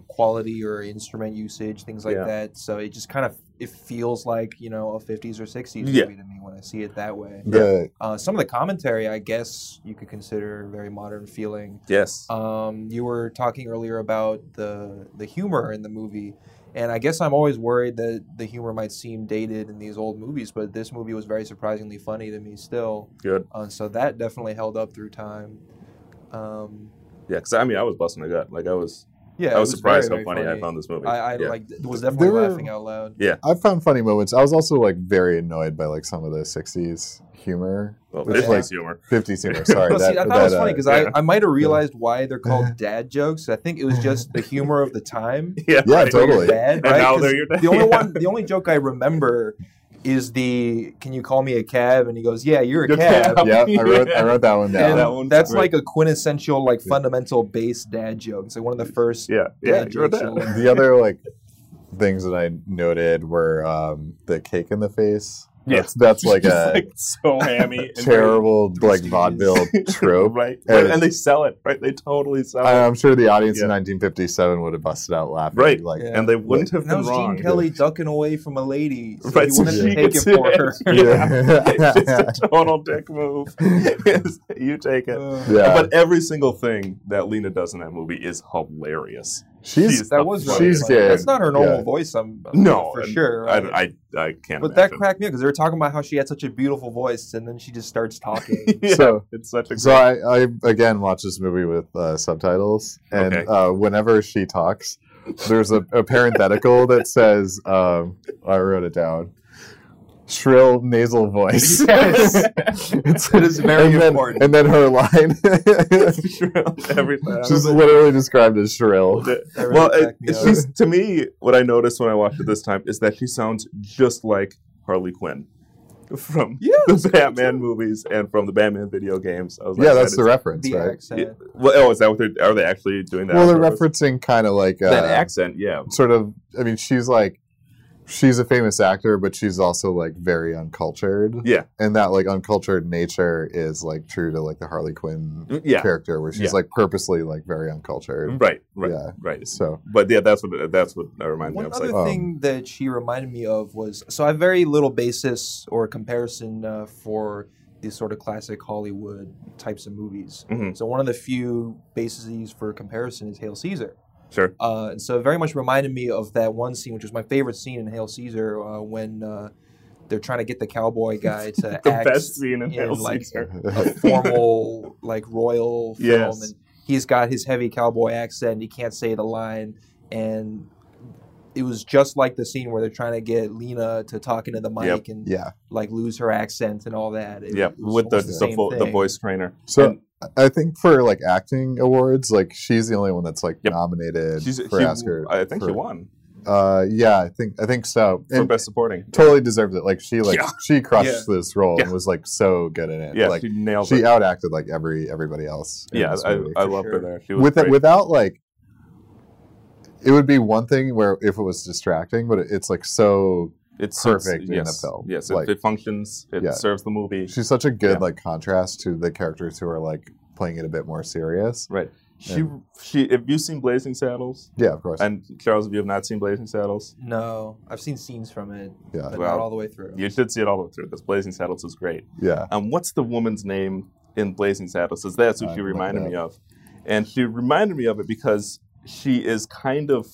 Speaker 3: quality or instrument usage, things like
Speaker 2: Yeah.
Speaker 3: that. So it just kind of it feels like you know a 50s or 60s
Speaker 2: Yeah.
Speaker 3: movie to me when I see it that way.
Speaker 1: The
Speaker 3: Uh, some of the commentary, I guess, you could consider very modern feeling.
Speaker 2: Yes.
Speaker 3: Um, you were talking earlier about the the humor in the movie, and I guess I'm always worried that the humor might seem dated in these old movies, but this movie was very surprisingly funny to me still.
Speaker 2: Good.
Speaker 3: Uh, so that definitely held up through time. Um,
Speaker 2: Yeah, because I mean, I was busting a gut. Like I was,
Speaker 3: yeah,
Speaker 2: I
Speaker 3: it
Speaker 2: was, surprised
Speaker 3: very,
Speaker 2: how
Speaker 3: very
Speaker 2: funny, I found this movie.
Speaker 3: I, I
Speaker 2: yeah.
Speaker 3: like was definitely
Speaker 1: There were-
Speaker 3: laughing out loud.
Speaker 1: I found funny moments. I was also like very annoyed by like some of the '60s humor,
Speaker 2: well,
Speaker 1: It's
Speaker 2: it's
Speaker 1: like-
Speaker 2: like humor. [laughs]
Speaker 1: 50s humor. Sorry,
Speaker 3: Well, see, I thought it was funny
Speaker 1: uh,
Speaker 3: because
Speaker 2: yeah.
Speaker 3: I, I might have realized why
Speaker 1: [laughs]
Speaker 3: they're called dad jokes. I think it was just the humor of
Speaker 2: [laughs]
Speaker 3: the time.
Speaker 2: Yeah.
Speaker 1: Yeah,
Speaker 2: right.
Speaker 1: totally.
Speaker 3: Bad,
Speaker 2: And
Speaker 3: right?
Speaker 2: now
Speaker 3: 'Cause
Speaker 2: they're your dad.
Speaker 3: the only
Speaker 2: [laughs] Yeah.
Speaker 3: one, the only joke I remember is the "Can you call me a cab?" and he goes, "Yeah, you're a
Speaker 2: Your
Speaker 3: cab."
Speaker 2: cab.
Speaker 1: [laughs] yeah, I wrote I
Speaker 2: Yeah.
Speaker 1: wrote that one down.
Speaker 3: And
Speaker 2: that one's
Speaker 3: that's
Speaker 2: great.
Speaker 3: like a quintessential, like
Speaker 1: Yeah.
Speaker 3: fundamental base dad joke. It's like one of the first
Speaker 2: Yeah. Yeah.
Speaker 3: dad
Speaker 2: You're
Speaker 3: jokes. you'll
Speaker 2: that. [laughs]
Speaker 3: learn.
Speaker 1: the other like things that I noted were um, the cake in the face
Speaker 2: Yeah.
Speaker 1: That's that's like
Speaker 2: Just,
Speaker 1: a
Speaker 2: like, so hammy and
Speaker 1: terrible
Speaker 2: very
Speaker 1: like vaudeville trope.
Speaker 2: right?
Speaker 1: And-
Speaker 2: and they sell it, right? They totally sell
Speaker 1: I-
Speaker 2: it.
Speaker 1: I'm sure the audience
Speaker 2: Yeah.
Speaker 1: in 1957 would have busted out laughing.
Speaker 2: Right.
Speaker 1: Like,
Speaker 3: Yeah.
Speaker 2: and they wouldn't have
Speaker 3: That
Speaker 2: been
Speaker 3: was
Speaker 2: wrong. [laughs]
Speaker 3: Gene Kelly ducking away from a lady. So
Speaker 2: Right,
Speaker 3: he
Speaker 2: so
Speaker 3: wanted
Speaker 1: she
Speaker 3: to take it
Speaker 2: gets
Speaker 3: for
Speaker 2: it. [laughs]
Speaker 3: her.
Speaker 2: [laughs] Yeah.
Speaker 1: Yeah.
Speaker 2: [laughs] it's just a total dick move. It's- you take it.
Speaker 3: Uh,
Speaker 1: [laughs] Yeah.
Speaker 2: But every single thing that Lena does in that movie is hilarious.
Speaker 1: she's,
Speaker 3: [laughs]
Speaker 2: she's-
Speaker 3: that was really
Speaker 1: She's
Speaker 3: funny.
Speaker 1: good.
Speaker 3: That's not her normal
Speaker 1: Yeah.
Speaker 3: voice. I'm, I'm-
Speaker 2: No,
Speaker 3: for
Speaker 2: and
Speaker 3: sure.
Speaker 2: I,
Speaker 3: right?
Speaker 2: I, I can't.
Speaker 3: but that
Speaker 2: imagine.
Speaker 3: cracked me up because they were talking about how she had such a beautiful voice, and then she just starts talking.
Speaker 2: [laughs] Yeah,
Speaker 1: so.
Speaker 2: it's such a.
Speaker 1: So I, I again watch this movie with uh, subtitles, and
Speaker 2: Okay.
Speaker 1: uh, whenever she talks, there's a, a parenthetical that says, um, "I wrote it down." Shrill nasal
Speaker 2: [laughs]
Speaker 1: voice.
Speaker 3: Yes.
Speaker 1: it's,
Speaker 3: It is very
Speaker 1: and then,
Speaker 3: important.
Speaker 1: And then her
Speaker 2: [laughs]
Speaker 1: line,
Speaker 2: everything.
Speaker 1: she's literally described as shrill.
Speaker 3: That really
Speaker 2: well, it,
Speaker 3: cracked me up.
Speaker 2: she's, to me, what I noticed when I watched it this time is that she sounds just like Harley Quinn from
Speaker 3: Yeah,
Speaker 2: the Batman movies and from the Batman video games. I was like,
Speaker 1: Yeah, that's
Speaker 2: that
Speaker 1: the
Speaker 2: is-
Speaker 1: reference,
Speaker 3: the
Speaker 1: right?
Speaker 3: accent.
Speaker 2: Well, oh, is that what they're? Are they actually doing that?
Speaker 1: Well, they're
Speaker 2: on purpose?
Speaker 1: referencing kind of like
Speaker 2: that
Speaker 1: uh,
Speaker 2: accent. Yeah,
Speaker 1: sort of i mean she's like she's a famous actor but she's also like very uncultured
Speaker 2: yeah,
Speaker 1: and that like uncultured nature is like true to like the harley quinn
Speaker 2: mm, yeah.
Speaker 1: character where she's
Speaker 2: Yeah. Mm-hmm.
Speaker 1: like purposely like very uncultured
Speaker 2: Right, right,
Speaker 1: Yeah.
Speaker 2: right.
Speaker 1: so
Speaker 2: But yeah, that's what that's what that reminded me.
Speaker 3: One
Speaker 2: of.
Speaker 3: other
Speaker 2: It's oh.
Speaker 1: like,
Speaker 3: thing that she reminded me of was so I have very little basis or comparison uh, for these sort of classic Hollywood types of movies.
Speaker 2: Mhm.
Speaker 3: So one of the few bases for comparison is Hail Caesar.
Speaker 2: Sure.
Speaker 3: Uh, and so it very much reminded me of that one scene, which was my favorite scene in Hail Caesar, uh, when uh, they're trying to get the cowboy
Speaker 2: [laughs]
Speaker 3: guy to
Speaker 2: the
Speaker 3: act
Speaker 2: best scene in
Speaker 3: yeah,
Speaker 2: Hail
Speaker 3: like-
Speaker 2: Caesar.
Speaker 3: a formal like royal film
Speaker 2: Yes.
Speaker 3: and he's got his heavy cowboy accent and he can't say the line and it was just like the scene where they're trying to get Lena to talk into the mic
Speaker 2: Yep.
Speaker 1: [laughs]
Speaker 3: and
Speaker 1: yeah
Speaker 3: like lose her accent and all that. It-
Speaker 2: Yeah,
Speaker 3: it was
Speaker 2: with the
Speaker 3: almost
Speaker 2: the,
Speaker 3: same
Speaker 2: vo- the
Speaker 3: thing.
Speaker 2: voice trainer.
Speaker 1: so
Speaker 2: And-
Speaker 1: i think for like acting awards like she's the only one that's like
Speaker 2: Yep.
Speaker 1: nominated
Speaker 2: She's,
Speaker 1: for
Speaker 2: she-
Speaker 1: oscar
Speaker 2: I think she
Speaker 1: for-
Speaker 2: won
Speaker 1: uh yeah i think i think so
Speaker 2: for
Speaker 1: And
Speaker 2: best supporting.
Speaker 1: totally deserves it like she like
Speaker 2: Yeah.
Speaker 1: she crushed
Speaker 3: Yeah.
Speaker 1: this role and
Speaker 2: Yeah.
Speaker 1: was like so good in it
Speaker 2: Yeah,
Speaker 1: like
Speaker 2: she nailed
Speaker 1: she
Speaker 2: it.
Speaker 1: outacted like every everybody else in
Speaker 2: Yeah,
Speaker 1: this
Speaker 2: I,
Speaker 1: movie.
Speaker 2: I
Speaker 3: for
Speaker 2: loved her
Speaker 3: sure.
Speaker 2: there. She was
Speaker 1: with
Speaker 2: great.
Speaker 1: without like it would be one thing where if it was distracting but it, it's like so
Speaker 2: it's
Speaker 1: perfect in
Speaker 2: yes,
Speaker 1: the film.
Speaker 2: Yes,
Speaker 1: Like-
Speaker 2: it, it functions. It
Speaker 1: Yeah.
Speaker 2: serves the movie.
Speaker 1: she's such a good
Speaker 2: Yeah.
Speaker 1: like contrast to the characters who are like playing it a bit more serious
Speaker 2: Right. She she. Have you seen Blazing Saddles?
Speaker 1: yeah of course
Speaker 2: And Charles, if you have not seen Blazing Saddles,
Speaker 3: No, I've seen scenes from it,
Speaker 1: yeah
Speaker 3: but
Speaker 2: Well,
Speaker 3: not all the way through.
Speaker 2: you should see it all the way through because Blazing Saddles is great.
Speaker 1: yeah
Speaker 2: Um, what's the woman's name in Blazing Saddles? Is that's
Speaker 1: I
Speaker 2: what she
Speaker 1: can Uh, look
Speaker 2: reminded
Speaker 1: it
Speaker 2: me of, and she reminded me of it because she is kind of.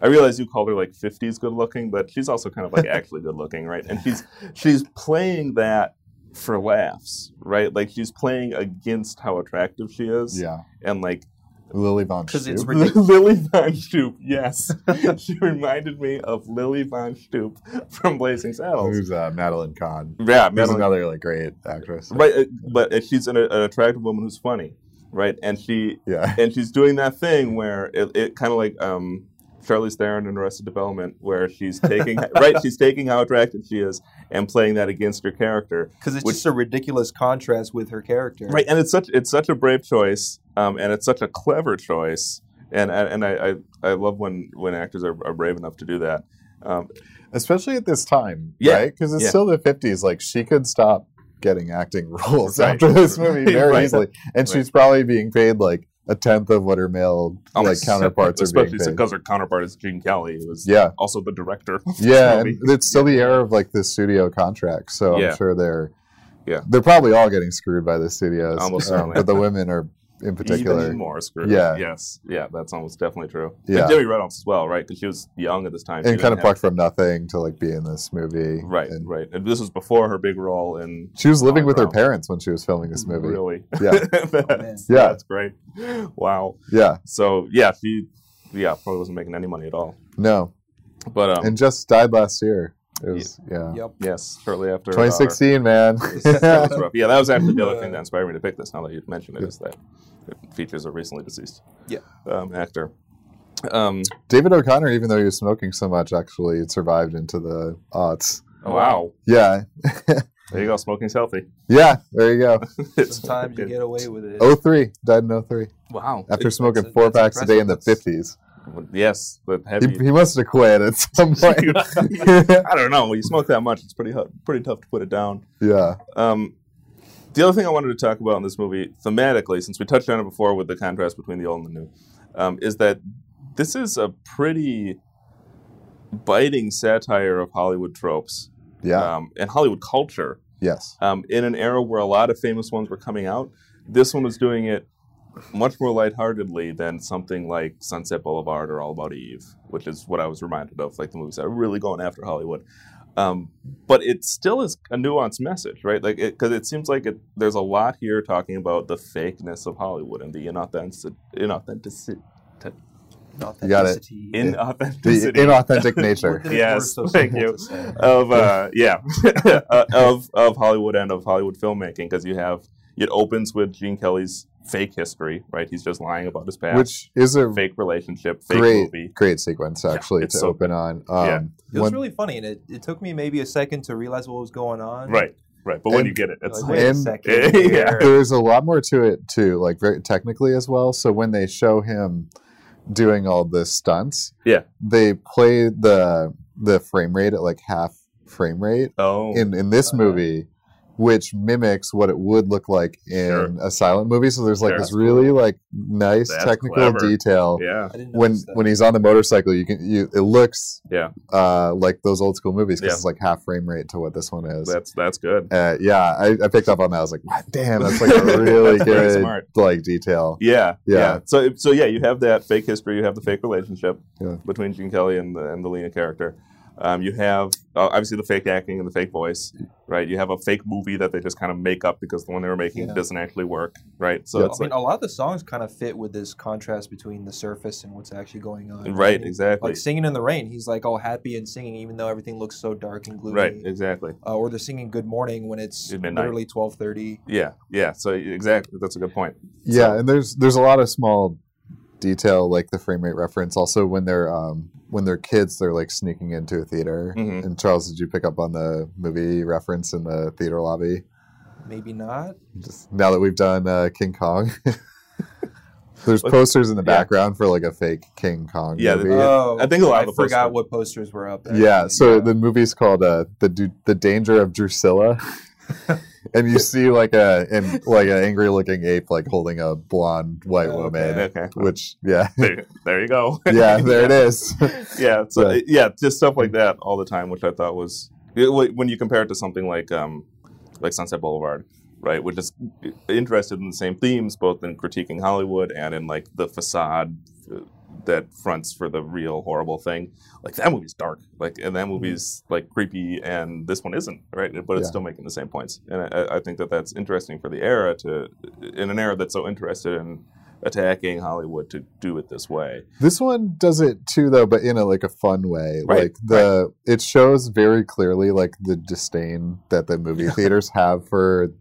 Speaker 2: I realize you called her like '50s good looking, but she's also kind
Speaker 1: [laughs]
Speaker 2: of like actually good looking, right? And she's she's playing that for laughs, right? Like she's playing against how attractive she is,
Speaker 1: yeah [laughs]
Speaker 2: and like
Speaker 1: lily von
Speaker 3: 'Cause it's
Speaker 1: Stoop.
Speaker 3: ridiculous.
Speaker 2: Lily Von Stoop. Yes, [laughs] she reminded me of Lily Von Stoop from Blazing Saddles.
Speaker 1: who's uh, madeline kahn
Speaker 2: Yeah,
Speaker 1: Who's
Speaker 2: Madeline
Speaker 1: another like great actress
Speaker 2: right uh, but uh, she's an, an attractive woman who's funny right and she
Speaker 1: yeah
Speaker 2: and she's doing that thing where it, it kind of like um Charlize Theron in Arrested Development, where she's
Speaker 1: [laughs]
Speaker 2: taking right, she's taking how attractive she is and playing that against her character,
Speaker 3: Because it's
Speaker 2: Which-
Speaker 3: just a ridiculous contrast with her character.
Speaker 2: right? And it's such it's such a brave choice, um, and it's such a clever choice, and I- and I I, I love when when actors are, are brave enough to do that. Um,
Speaker 1: especially at this time
Speaker 2: Yeah.
Speaker 1: right because it's
Speaker 2: Yeah.
Speaker 1: still the 50s like she could stop getting acting [laughs] roles
Speaker 2: Right.
Speaker 1: after this
Speaker 2: [laughs]
Speaker 1: movie very
Speaker 2: Right.
Speaker 1: easily and
Speaker 2: Right.
Speaker 1: she's probably being paid like a tenth of what her male like
Speaker 2: almost-
Speaker 1: counterparts are being
Speaker 2: especially
Speaker 1: paid
Speaker 2: because her counterpart is Gene Kelly, who was [laughs]
Speaker 1: yeah
Speaker 2: also the director.
Speaker 1: yeah
Speaker 2: movie.
Speaker 1: and it's still the era of like the studio contracts so
Speaker 2: Yeah.
Speaker 1: i'm sure they're
Speaker 2: Yeah.
Speaker 1: they're probably all getting screwed by the studios [laughs]
Speaker 2: Almost
Speaker 1: um,
Speaker 2: certainly.
Speaker 1: but the women are in particular
Speaker 2: Even more screwed.
Speaker 1: Yeah.
Speaker 2: Yes. Yeah, that's almost definitely true.
Speaker 1: Yeah.
Speaker 2: And Debbie Reynolds as well, right? Because she was young at this time. She
Speaker 1: and kind of
Speaker 2: didn't
Speaker 1: plucked from nothing to like be in this movie
Speaker 2: have- Right,
Speaker 1: and
Speaker 2: right. And this was before her big role in
Speaker 1: she was living with her
Speaker 2: Brown.
Speaker 1: parents when she was filming this movie
Speaker 2: Mm,
Speaker 3: [laughs]
Speaker 2: Really.
Speaker 1: yeah
Speaker 3: Oh, man.
Speaker 2: [laughs] that's,
Speaker 1: Yeah.
Speaker 2: That's great. Wow.
Speaker 1: yeah
Speaker 2: So, yeah, she yeah, probably wasn't making any money at all.
Speaker 1: no
Speaker 2: But, um,
Speaker 1: and just died last year it was yeah.
Speaker 3: Yep.
Speaker 2: yes, shortly after. her daughter-
Speaker 1: 2016, man. [laughs]
Speaker 2: That [laughs] was rough. Yeah, that was actually the other thing that inspired me to pick this. Now that you've mentioned it, is that it features a recently deceased
Speaker 3: Yeah.
Speaker 2: um, actor. Um,
Speaker 1: David O'Connor, even though he was smoking so much, actually it survived into the aughts.
Speaker 2: wow.
Speaker 1: Yeah,
Speaker 2: There you go. Smoking's healthy.
Speaker 1: yeah. There you go.
Speaker 2: [laughs]
Speaker 3: Sometimes you get away with it.
Speaker 1: Oh three died in 03
Speaker 2: Wow.
Speaker 1: after smoking
Speaker 3: that's-
Speaker 1: four
Speaker 3: that's
Speaker 1: packs a day in the
Speaker 3: impressive.
Speaker 1: 50s.
Speaker 2: Yes, but
Speaker 1: He,
Speaker 2: heavy.
Speaker 1: he must have quit at some point.
Speaker 2: I don't know. When you smoke that much, it's pretty hu- pretty tough to put it down.
Speaker 1: [laughs] yeah.
Speaker 2: Um, the other thing I wanted to talk about in this movie, thematically, since we touched on it before with the contrast between the old and the new, um, is that this is a pretty biting satire of Hollywood tropes
Speaker 1: Yeah.
Speaker 2: um, and Hollywood culture
Speaker 1: yes.
Speaker 2: um, in an era where a lot of famous ones were coming out. This one was doing it much more lightheartedly than something like Sunset Boulevard or All About Eve, which is what I was reminded of, like the movies that are really going after Hollywood. Um, but it still is a nuanced message, right? Like, because it, seems like it, there's a lot here talking about the fakeness of Hollywood and the inauthentic, inauthenticity,
Speaker 1: You got it.
Speaker 3: Authenticity.
Speaker 1: The
Speaker 2: inauthenticity
Speaker 1: inauthentic
Speaker 3: What
Speaker 1: nature.
Speaker 3: did it
Speaker 2: Yes,
Speaker 3: work so
Speaker 2: thank
Speaker 3: simple
Speaker 2: you.
Speaker 3: to say?
Speaker 2: of uh, yeah [laughs] Uh, of of Hollywood and of Hollywood filmmaking because you have it opens with Gene Kelly's fake history, right? He's just lying about his past,
Speaker 1: Which is a
Speaker 2: fake relationship, fake
Speaker 1: great,
Speaker 2: movie.
Speaker 1: great sequence actually
Speaker 2: it's
Speaker 1: to
Speaker 2: so
Speaker 1: open on. Um,
Speaker 2: Yeah.
Speaker 3: It was
Speaker 1: when-
Speaker 3: really funny, and it, it took me maybe a second to realize what was going on.
Speaker 2: Right, right. But when
Speaker 1: And-
Speaker 2: you get it, it's
Speaker 3: Like,
Speaker 2: like,
Speaker 3: wait a
Speaker 1: And-
Speaker 3: second.
Speaker 2: [laughs] Yeah.
Speaker 3: here.
Speaker 1: there's a lot more to it too, like very technically as well. So when they show him doing all the stunts,
Speaker 2: Yeah.
Speaker 1: they play the the frame rate at like half frame rate
Speaker 2: oh,
Speaker 1: in in this
Speaker 3: Uh-huh.
Speaker 1: movie, which mimics what it would look like in
Speaker 2: Sure.
Speaker 1: a silent movie. So there's like
Speaker 2: Sure.
Speaker 1: this really like nice
Speaker 2: That's
Speaker 1: technical
Speaker 2: clever.
Speaker 1: detail.
Speaker 2: yeah,
Speaker 3: I didn't
Speaker 1: When
Speaker 3: notice that.
Speaker 1: when he's on the motorcycle, you can you it looks
Speaker 2: Yeah.
Speaker 1: uh, like those old school movies because
Speaker 2: Yeah.
Speaker 1: it's like half frame rate to what this one is.
Speaker 2: that's that's good.
Speaker 1: Uh, yeah, I, I picked up on that. I was like, "Wow, damn, that's
Speaker 2: [laughs]
Speaker 1: like a really
Speaker 2: That's very
Speaker 1: good
Speaker 2: smart.
Speaker 1: like detail.
Speaker 2: Yeah,
Speaker 1: Yeah.
Speaker 2: yeah, So so yeah, you have that fake history, you have the fake relationship
Speaker 1: Yeah.
Speaker 2: between Gene Kelly and the and the Lena character. Um, you have uh, obviously the fake acting and the fake voice, right? You have a fake movie that they just kind of make up because the one they were making
Speaker 3: Yeah.
Speaker 2: doesn't actually work, right? So
Speaker 1: Yeah.
Speaker 2: it's
Speaker 3: I mean,
Speaker 2: like,
Speaker 3: a lot of the songs kind of fit with this contrast between the surface and what's actually going on.
Speaker 2: right,
Speaker 3: Like,
Speaker 2: exactly,
Speaker 3: Like singing in the rain, he's like all happy and singing, even though everything looks so dark and gloomy.
Speaker 2: right, exactly.
Speaker 3: Uh, or they're singing "Good Morning" when it's
Speaker 2: At midnight.
Speaker 3: literally twelve thirty.
Speaker 2: Yeah, yeah. So exactly, that's a good point.
Speaker 1: Yeah, and there's there's a lot of small detail like the frame rate reference. Also, when they're um, when they're kids, they're like sneaking into a theater.
Speaker 2: Mhm.
Speaker 1: And Charles, did you pick up on the movie reference in the theater lobby?
Speaker 3: Maybe not.
Speaker 1: Just now that we've done uh, King Kong, [laughs] there's
Speaker 2: Look-
Speaker 1: posters in the
Speaker 2: yeah.
Speaker 1: background for like a fake King Kong
Speaker 2: Yeah,
Speaker 1: movie.
Speaker 2: Yeah.
Speaker 3: Oh,
Speaker 2: I think a lot
Speaker 3: I
Speaker 2: of the posters-
Speaker 3: forgot what posters were up. actually.
Speaker 1: Yeah, so the movie's called uh, the Du- the Danger of Drusilla, and you see like a and like an angry looking ape like holding a blonde white
Speaker 3: Oh,
Speaker 1: woman,
Speaker 3: okay.
Speaker 2: Okay, [laughs]
Speaker 1: which yeah,
Speaker 2: there, there you go. [laughs]
Speaker 1: yeah, there it is.
Speaker 2: yeah, so eh,
Speaker 1: Yeah.
Speaker 2: yeah, just stuff like that all the time, which I thought was it- wh- when you compare it to something like um, like Sunset Boulevard, right? Which is eh, interested in the same themes, both in critiquing Hollywood and in like the facade uh, that fronts for the real horrible thing. Like that movie's dark, like and that movie's like creepy, and this one isn't, right? But it's
Speaker 1: Mm-hmm. Yeah.
Speaker 2: still making the same points, and I, I think that that's interesting for the era to in an era that's so interested in attacking Hollywood to do it this way.
Speaker 1: This one does it too, though, but in a like a fun way.
Speaker 2: Right,
Speaker 1: like the it shows very clearly like the disdain that the movie theaters have for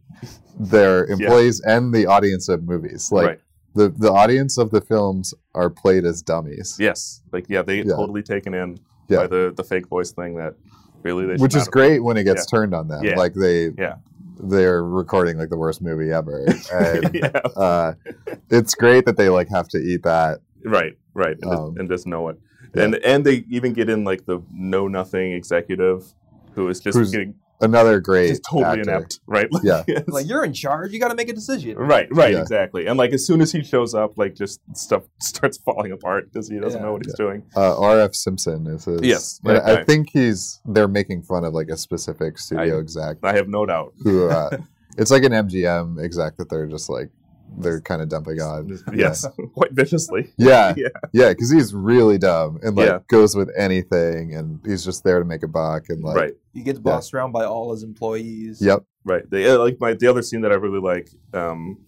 Speaker 1: their employees and the audience of movies. Like
Speaker 2: right.
Speaker 1: the the audience of the films are played as dummies.
Speaker 2: Yes, like yeah, they get
Speaker 1: Yeah.
Speaker 2: totally taken in
Speaker 1: Yeah.
Speaker 2: by the the fake voice thing that really they should
Speaker 1: which
Speaker 2: not
Speaker 1: is
Speaker 2: have-
Speaker 1: great when it gets turned on them
Speaker 2: Yeah.
Speaker 1: like they
Speaker 2: Yeah.
Speaker 1: they're recording like the worst movie
Speaker 2: [laughs]
Speaker 1: ever and
Speaker 2: yeah,
Speaker 1: uh, it's great that they like have to eat that
Speaker 2: right, right, and,
Speaker 1: Um,
Speaker 2: just, and just know it,
Speaker 1: yeah.
Speaker 2: and and they even get in like the know nothing executive who is just
Speaker 1: Who's
Speaker 2: getting
Speaker 1: another great
Speaker 2: just totally
Speaker 1: actor.
Speaker 2: inept, right? [laughs]
Speaker 1: [laughs]
Speaker 2: Like,
Speaker 1: Yeah.
Speaker 2: yes.
Speaker 3: like you're in charge. You got to make a decision.
Speaker 2: Right, right,
Speaker 1: Yeah.
Speaker 2: exactly, and like as soon as he shows up, like just stuff [laughs] starts falling apart because he doesn't
Speaker 3: Yeah.
Speaker 2: know what he's doing.
Speaker 1: uh, rf simpson is his,
Speaker 2: Yes,
Speaker 1: and
Speaker 2: that
Speaker 1: i
Speaker 2: guy.
Speaker 1: think he's they're making fun of like a specific studio
Speaker 2: I-
Speaker 1: exec
Speaker 2: I have no doubt.
Speaker 1: who uh,
Speaker 2: [laughs]
Speaker 1: it's like an mgm exec that they're just like they're kind of dumping on
Speaker 2: Yes, [laughs] quite viciously.
Speaker 1: yeah
Speaker 2: [laughs] Yeah.
Speaker 1: yeah because he's really dumb and like
Speaker 2: Yeah.
Speaker 1: goes with anything and he's just there to make a buck and like
Speaker 2: right.
Speaker 3: He gets bossed around by all his employees.
Speaker 1: yep
Speaker 2: Right. They, uh, like my the other scene that I really like um,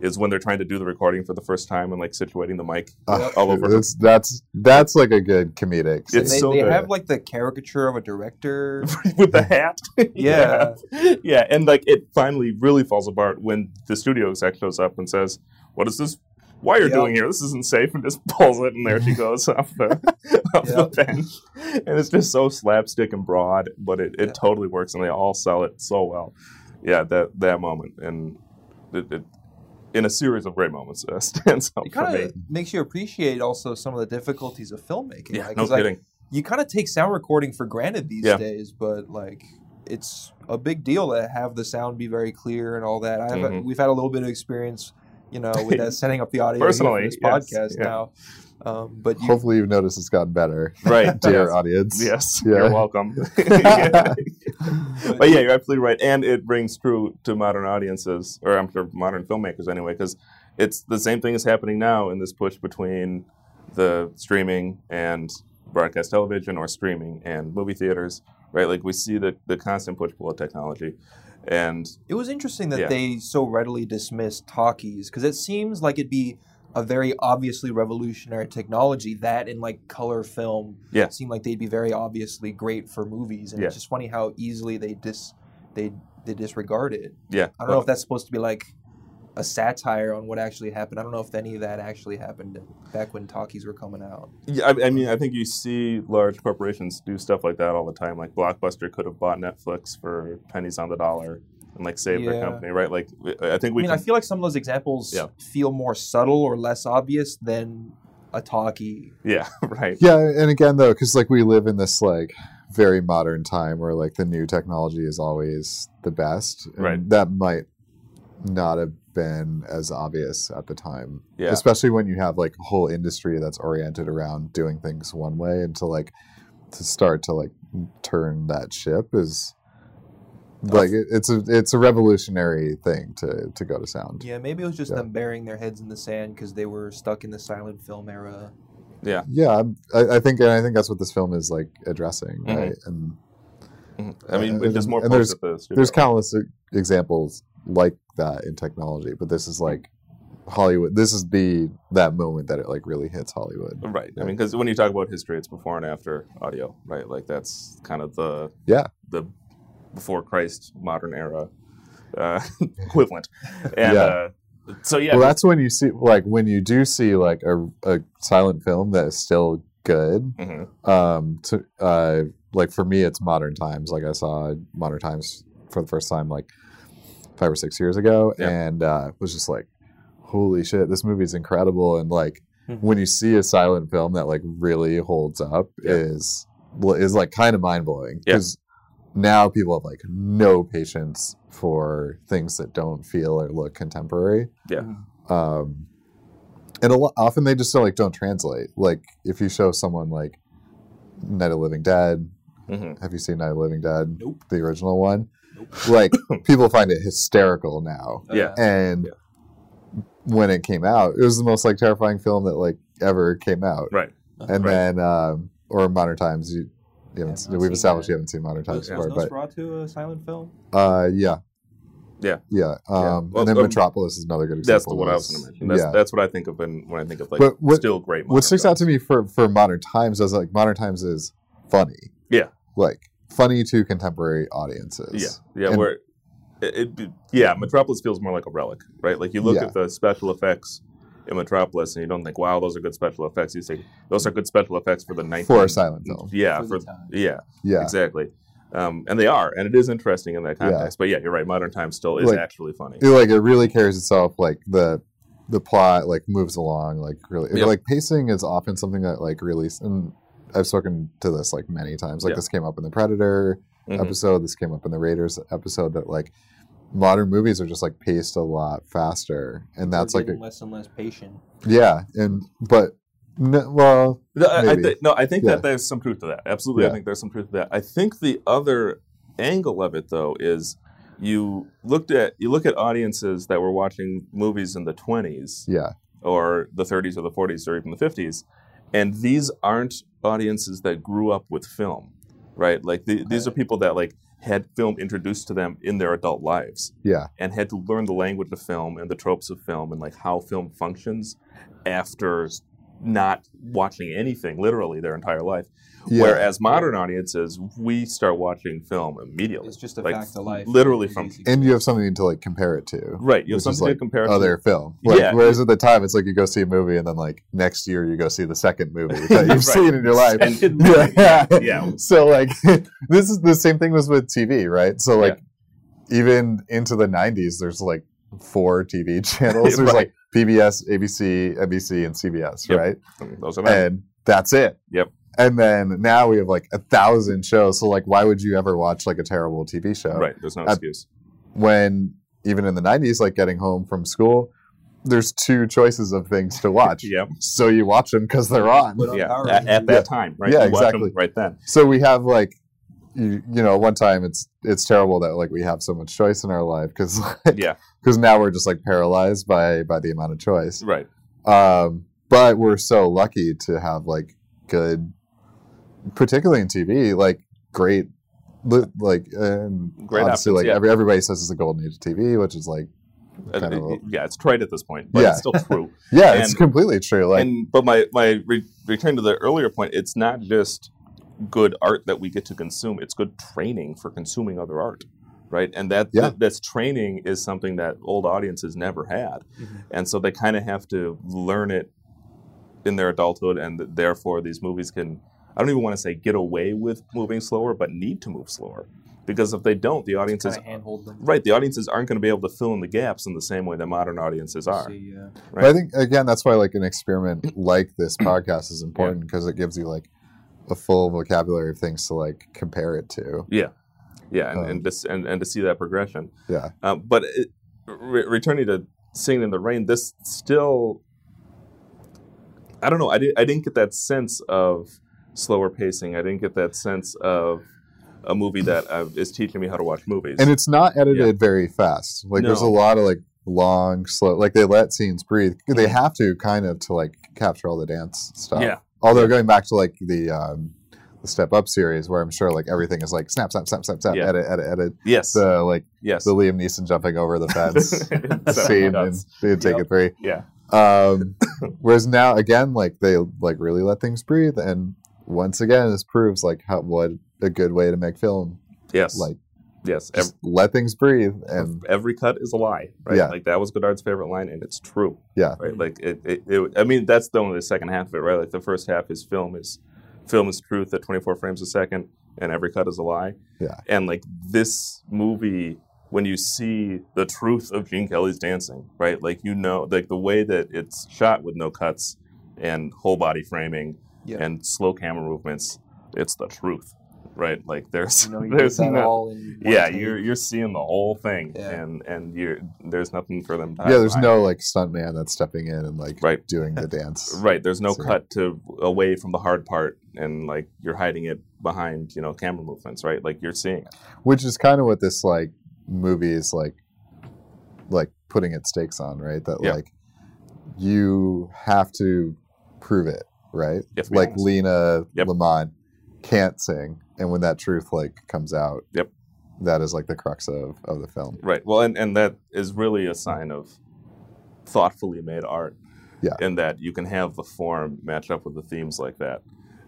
Speaker 2: is when they're trying to do the recording for the first time and like situating the mic
Speaker 1: Uh,
Speaker 2: all over.
Speaker 1: It's, that's that's like a good comedic.
Speaker 3: And
Speaker 1: Scene.
Speaker 2: It's
Speaker 3: they,
Speaker 2: so
Speaker 3: they
Speaker 2: good.
Speaker 3: have like the caricature of a
Speaker 2: [laughs]
Speaker 3: director.
Speaker 2: with the hat.
Speaker 3: Yeah.
Speaker 2: yeah. Yeah, And like it finally really falls apart when the studio exec shows up and says, What is this? Why you're
Speaker 3: Yep.
Speaker 2: doing here? This isn't safe, and just pulls it, and there she goes [laughs] off the off the bench, and it's just so slapstick and broad, but it, it
Speaker 3: Yeah.
Speaker 2: totally works, and they all sell it so well. Yeah, that that moment, and it, it, in a series of great moments uh, [laughs] stands out
Speaker 3: It
Speaker 2: for
Speaker 3: kind
Speaker 2: me.
Speaker 3: of makes you appreciate also some of the difficulties of filmmaking.
Speaker 2: Yeah,
Speaker 3: like,
Speaker 2: no
Speaker 3: 'cause, like,
Speaker 2: kidding.
Speaker 3: you kind of take sound recording for granted these
Speaker 2: Yeah.
Speaker 3: days, but like it's a big deal to have the sound be very clear and all that. I've
Speaker 2: Mhm.
Speaker 3: we've had a little bit of experience, you know, with
Speaker 2: [laughs]
Speaker 3: that setting up the audio here
Speaker 2: Personally,
Speaker 3: for this
Speaker 2: yes,
Speaker 3: podcast
Speaker 2: yeah.
Speaker 3: now. Um, but [laughs] you,
Speaker 1: Hopefully, you've noticed it's gotten better,
Speaker 2: right,
Speaker 1: [laughs] dear
Speaker 2: yes.
Speaker 1: audience.
Speaker 2: [laughs] Yes,
Speaker 1: Yeah.
Speaker 2: you're welcome. but yeah, you're absolutely right, and it rings true to modern audiences, or I'm sure modern filmmakers anyway, because it's the same thing is happening now in this push between the streaming and broadcast television, or streaming and movie theaters, right? Like we see the the constant push pull of technology, and
Speaker 3: It was interesting that
Speaker 2: Yeah.
Speaker 3: they so readily dismissed talkies because it seems like it'd be a very obviously revolutionary technology. That and like color film
Speaker 2: Yeah.
Speaker 3: seemed like they'd be very obviously great for movies. And it's
Speaker 2: Yeah.
Speaker 3: just funny how easily they dis they they disregard it.
Speaker 2: yeah,
Speaker 3: I don't know if that's supposed to be like a satire on what actually happened. I don't know if any of that actually happened back when talkies were coming out.
Speaker 2: Yeah, I, I mean, I think you see large corporations do stuff like that all the time. Like Blockbuster could have bought Netflix for pennies on the dollar and like saved
Speaker 3: Yeah.
Speaker 2: their company, right? Like, I I think we
Speaker 3: I mean,
Speaker 2: can,
Speaker 3: I feel like some of those examples
Speaker 2: Yeah.
Speaker 3: feel more subtle or less obvious than a talkie.
Speaker 2: [laughs] yeah, right.
Speaker 1: Yeah, and again though, because like we live in this like very modern time where like the new technology is always the best. and
Speaker 2: Right.
Speaker 1: That might not have been as obvious at the time.
Speaker 2: Yeah.
Speaker 1: Especially when you have like a whole industry that's oriented around doing things one way and to like to start to like turn that ship is like it, it's a it's a revolutionary thing to to go to sound.
Speaker 3: Yeah, maybe it was just
Speaker 1: Yeah.
Speaker 3: them burying their heads in the sand because they were stuck in the silent film era.
Speaker 1: Yeah, I'm- I, I think and I think that's what this film is like addressing,
Speaker 2: Mhm.
Speaker 1: right? And
Speaker 2: Mhm. I mean,
Speaker 1: Uh,
Speaker 2: but there's more
Speaker 1: and
Speaker 2: folks at the studio.
Speaker 1: there's countless e- examples like that in technology, but this is like Hollywood. This is the that moment that it like really hits Hollywood.
Speaker 2: right. I mean, because when you talk about history, it's before and after audio, right? Like that's kind of the
Speaker 1: Yeah.
Speaker 2: the before Christ modern era uh, [laughs] equivalent, and
Speaker 1: Yeah.
Speaker 2: uh, so yeah,
Speaker 1: well, that's when you see like when you do see like a, a silent film that is still good.
Speaker 2: mhm,
Speaker 1: Um, to uh, like for me, it's Modern Times. Like I saw Modern Times for the first time like five or six years ago,
Speaker 2: Yeah.
Speaker 1: and uh, was just like, holy shit, this movie's incredible. And like
Speaker 3: Mhm.
Speaker 2: Mm-hmm.
Speaker 1: when you see a silent film that like really holds up
Speaker 2: Yeah.
Speaker 1: is well, is like kind of mind blowing
Speaker 2: Yeah.
Speaker 1: because now people have like no patience for things that don't feel or look contemporary.
Speaker 2: Yeah.
Speaker 1: Um, and a lot, often they just don't, like don't translate. Like if you show someone like Night of the Living Dead,
Speaker 2: mhm.
Speaker 1: have you seen Night of the Living Dead?
Speaker 3: Nope.
Speaker 1: The original one.
Speaker 2: [coughs]
Speaker 1: Like people find it hysterical now.
Speaker 3: uh,
Speaker 2: Yeah.
Speaker 1: And when it came out, it was the most like terrifying film that like ever came out.
Speaker 2: right,
Speaker 1: And
Speaker 3: uh,
Speaker 2: Right.
Speaker 1: then um or Modern Times you, you haven't,
Speaker 3: I've not
Speaker 1: we've
Speaker 3: seen
Speaker 1: established
Speaker 3: that.
Speaker 1: you haven't seen Modern Times
Speaker 3: was, was
Speaker 1: before, but
Speaker 3: Nosferatu a silent film?
Speaker 1: uh yeah.
Speaker 2: Yeah.
Speaker 1: Yeah. Um
Speaker 2: Well,
Speaker 1: and then
Speaker 2: um,
Speaker 1: Metropolis is another good example.
Speaker 2: that's the what I was going to
Speaker 1: is-
Speaker 2: mention. That's,
Speaker 1: yeah.
Speaker 2: that's what I think of when, when I think of like
Speaker 1: But what-
Speaker 2: still great. modern
Speaker 1: what sticks out to me for for modern times is like modern times is funny
Speaker 2: Yeah.
Speaker 1: like funny to contemporary audiences
Speaker 2: Yeah, yeah.
Speaker 1: And-
Speaker 2: where it, it, be- yeah, Metropolis feels more like a relic, right? Like you look
Speaker 1: Yeah.
Speaker 2: at the special effects in Metropolis, and you don't think, "Wow, those are good special effects." You think those are good special effects for the night
Speaker 1: for a silent film
Speaker 2: Yeah,
Speaker 3: For
Speaker 2: for,
Speaker 3: the time.
Speaker 2: yeah,
Speaker 1: yeah
Speaker 2: exactly. Um, and they are, and it is interesting in that
Speaker 1: Yeah.
Speaker 2: context. But yeah, you're right. Modern Times still is
Speaker 1: Like-
Speaker 2: actually funny.
Speaker 1: It, like it really carries itself like the the plot like moves along like really
Speaker 2: Yeah.
Speaker 1: like pacing is often something that like really and i've spoken to this like many times like
Speaker 2: Yeah.
Speaker 1: this came up in the predator
Speaker 2: Mhm.
Speaker 1: episode this came up in the raiders episode that like modern movies are just like paced a lot faster and that's
Speaker 3: We're
Speaker 1: like
Speaker 3: getting
Speaker 1: a,
Speaker 3: less and less patient.
Speaker 1: yeah and but no, well
Speaker 2: No, I, I
Speaker 1: Maybe.
Speaker 2: thi- no, I think
Speaker 1: Yeah.
Speaker 2: that there's some truth to that. Absolutely,
Speaker 1: Yeah.
Speaker 2: I think there's some truth to that. I think the other angle of it, though, is you looked at you look at audiences that were watching movies in the 20s
Speaker 1: yeah
Speaker 2: or the 30s or the 40s or even the 50s, and these aren't audiences that grew up with film, right? Like the, these are
Speaker 3: Okay.
Speaker 2: people that like had film introduced to them in their adult lives
Speaker 1: yeah
Speaker 2: and had to learn the language of film and the tropes of film and like how film functions after not watching anything literally their entire life.
Speaker 1: yeah
Speaker 2: Whereas modern audiences, we start watching film immediately.
Speaker 3: It's just a
Speaker 2: Like,
Speaker 3: fact of life.
Speaker 2: literally
Speaker 3: It's
Speaker 2: from-
Speaker 3: easy.
Speaker 1: and you have something to like compare it to
Speaker 2: Right, you
Speaker 1: Which
Speaker 2: have
Speaker 1: is
Speaker 2: something
Speaker 1: like
Speaker 2: to compare it to.
Speaker 1: other film like,
Speaker 2: Yeah.
Speaker 1: whereas at the time it's like you go see a movie and then like next year you go see the second movie
Speaker 2: [laughs]
Speaker 1: that you've
Speaker 2: Right.
Speaker 1: seen in your life
Speaker 2: Second movie.
Speaker 1: yeah. [laughs]
Speaker 2: Yeah.
Speaker 1: so like this is the same thing was with tv right so like even into the 90s there's like four TV [laughs]
Speaker 2: [laughs]
Speaker 1: channels. There's like
Speaker 2: Right.
Speaker 1: PBS, ABC, NBC, and CBS,
Speaker 2: Yep.
Speaker 1: right?
Speaker 2: Those are them.
Speaker 1: And that's it.
Speaker 2: Yep.
Speaker 1: And then now we have like a thousand shows. So like, why would you ever watch like a terrible TV show?
Speaker 2: Right. There's no
Speaker 1: Uh,
Speaker 2: excuse.
Speaker 1: When even in the '90s, like getting home from school, there's two choices of things to
Speaker 2: [laughs]
Speaker 1: watch.
Speaker 2: Yep.
Speaker 1: So you watch them because they're on.
Speaker 3: But-
Speaker 2: Yeah.
Speaker 3: Power
Speaker 2: At, at that
Speaker 1: Yeah.
Speaker 2: time, right?
Speaker 1: Yeah,
Speaker 2: You watch 'em
Speaker 1: exactly.
Speaker 2: Right then.
Speaker 1: So we have like, you, you know, one time it's it's terrible that like we have so much choice in our life because
Speaker 2: Yeah.
Speaker 1: because now we're just like paralyzed by by the amount of choice.
Speaker 2: Right.
Speaker 1: Um, but we're so lucky to have like good, particularly in TV, like great, li- like and obviously
Speaker 2: Great options,
Speaker 1: like
Speaker 2: yeah.
Speaker 1: every, everybody says it's the golden age of TV, which is like Kind of a-
Speaker 2: uh, yeah, it's trite at this point, but
Speaker 1: Yeah.
Speaker 2: it's still true.
Speaker 1: yeah, it's
Speaker 2: And-
Speaker 1: completely true. [laughs] Like
Speaker 2: and but my my re- return to the earlier point, it's not just good art that we get to consume; it's good training for consuming other art, right? And that
Speaker 1: Yeah.
Speaker 2: that's training is something that old audiences never had,
Speaker 3: Mhm.
Speaker 2: and so they kind of have to learn it in their adulthood, and th- therefore these movies can. I don't even want to say get away with moving slower, but need to move slower because if they don't, the audiences.
Speaker 3: Kinda handhold them.
Speaker 2: Right, the audiences aren't going to be able to fill in the gaps in the same way that modern audiences are.
Speaker 3: See, uh,
Speaker 1: But I think again, that's why like an
Speaker 2: [clears throat]
Speaker 1: experiment like this podcast is important because it gives you like a full vocabulary of things to like compare it to.
Speaker 2: Yeah, and,
Speaker 1: Um,
Speaker 2: and, to, s- and and to see that progression.
Speaker 1: Yeah.
Speaker 2: Uh, but it, re- returning to singing in the rain, this still, I don't know. I didn't. I didn't get that sense of slower pacing. I didn't get that sense of a movie that uh, is teaching me how to watch movies.
Speaker 1: And it's not edited very fast. Like there's a
Speaker 2: No.
Speaker 1: lot of like long, slow. Like they let scenes breathe. They have to kind of to like capture all the dance stuff.
Speaker 2: Mm-hmm. yeah,
Speaker 1: Although going back to like the um, the Step Up series, where I'm sure like everything is like snap, snap, snap, snap, snap,
Speaker 2: Yeah.
Speaker 1: edit, edit, edit.
Speaker 2: yes,
Speaker 1: So like
Speaker 2: yes. [laughs]
Speaker 1: the Liam Neeson jumping over the fence
Speaker 2: It's-
Speaker 1: scene in,
Speaker 2: [laughs] that's-
Speaker 1: in Take It Three.
Speaker 2: yeah,
Speaker 1: Um, [coughs] whereas now, again, like they like really let things breathe, and once again, this proves like how what a good way to make film.
Speaker 2: yes,
Speaker 1: Like
Speaker 2: yes. Ev-
Speaker 1: just let things breathe, and
Speaker 2: every cut is a lie, right?
Speaker 1: Yeah.
Speaker 2: Like that was Godard's favorite line, and it's true.
Speaker 1: Yeah.
Speaker 2: Right. Like it, it, it I mean, that's the only the second half of it, right? Like the first half is film is film is truth at 24 frames a second, and every cut is a lie.
Speaker 1: Yeah.
Speaker 2: And like this movie, when you see the truth of Gene Kelly's dancing, right? Like you know, like the way that it's shot with no cuts and whole body framing
Speaker 3: Yeah.
Speaker 2: and slow camera movements, it's the truth, right? Like there's [laughs]
Speaker 3: you know, you get
Speaker 2: there's
Speaker 3: that
Speaker 2: no,
Speaker 3: all in one
Speaker 2: yeah,
Speaker 3: take.
Speaker 2: you're you're seeing the whole thing,
Speaker 3: Yeah.
Speaker 2: and and you're there's nothing for them. To
Speaker 1: yeah, there's
Speaker 2: hide.
Speaker 1: no like stuntman that's stepping in and like
Speaker 2: [laughs] Right.
Speaker 1: doing the dance.
Speaker 2: right. There's no
Speaker 1: So-
Speaker 2: cut to away from the hard part, and like you're hiding it behind you know camera movements, right? Like you're seeing it.
Speaker 1: which is kind of what this like movie is like like putting its stakes on right that
Speaker 2: Yeah.
Speaker 1: like you have to prove it right
Speaker 2: If we
Speaker 1: like
Speaker 2: ask.
Speaker 1: lena
Speaker 2: Yep.
Speaker 1: lamont can't sing and when that truth like comes out
Speaker 2: Yep.
Speaker 1: that is like the crux of of the film
Speaker 2: right. Well, and and that is really a sign of thoughtfully made art.
Speaker 1: Yeah.
Speaker 2: In that you can have the form match up with the themes like that,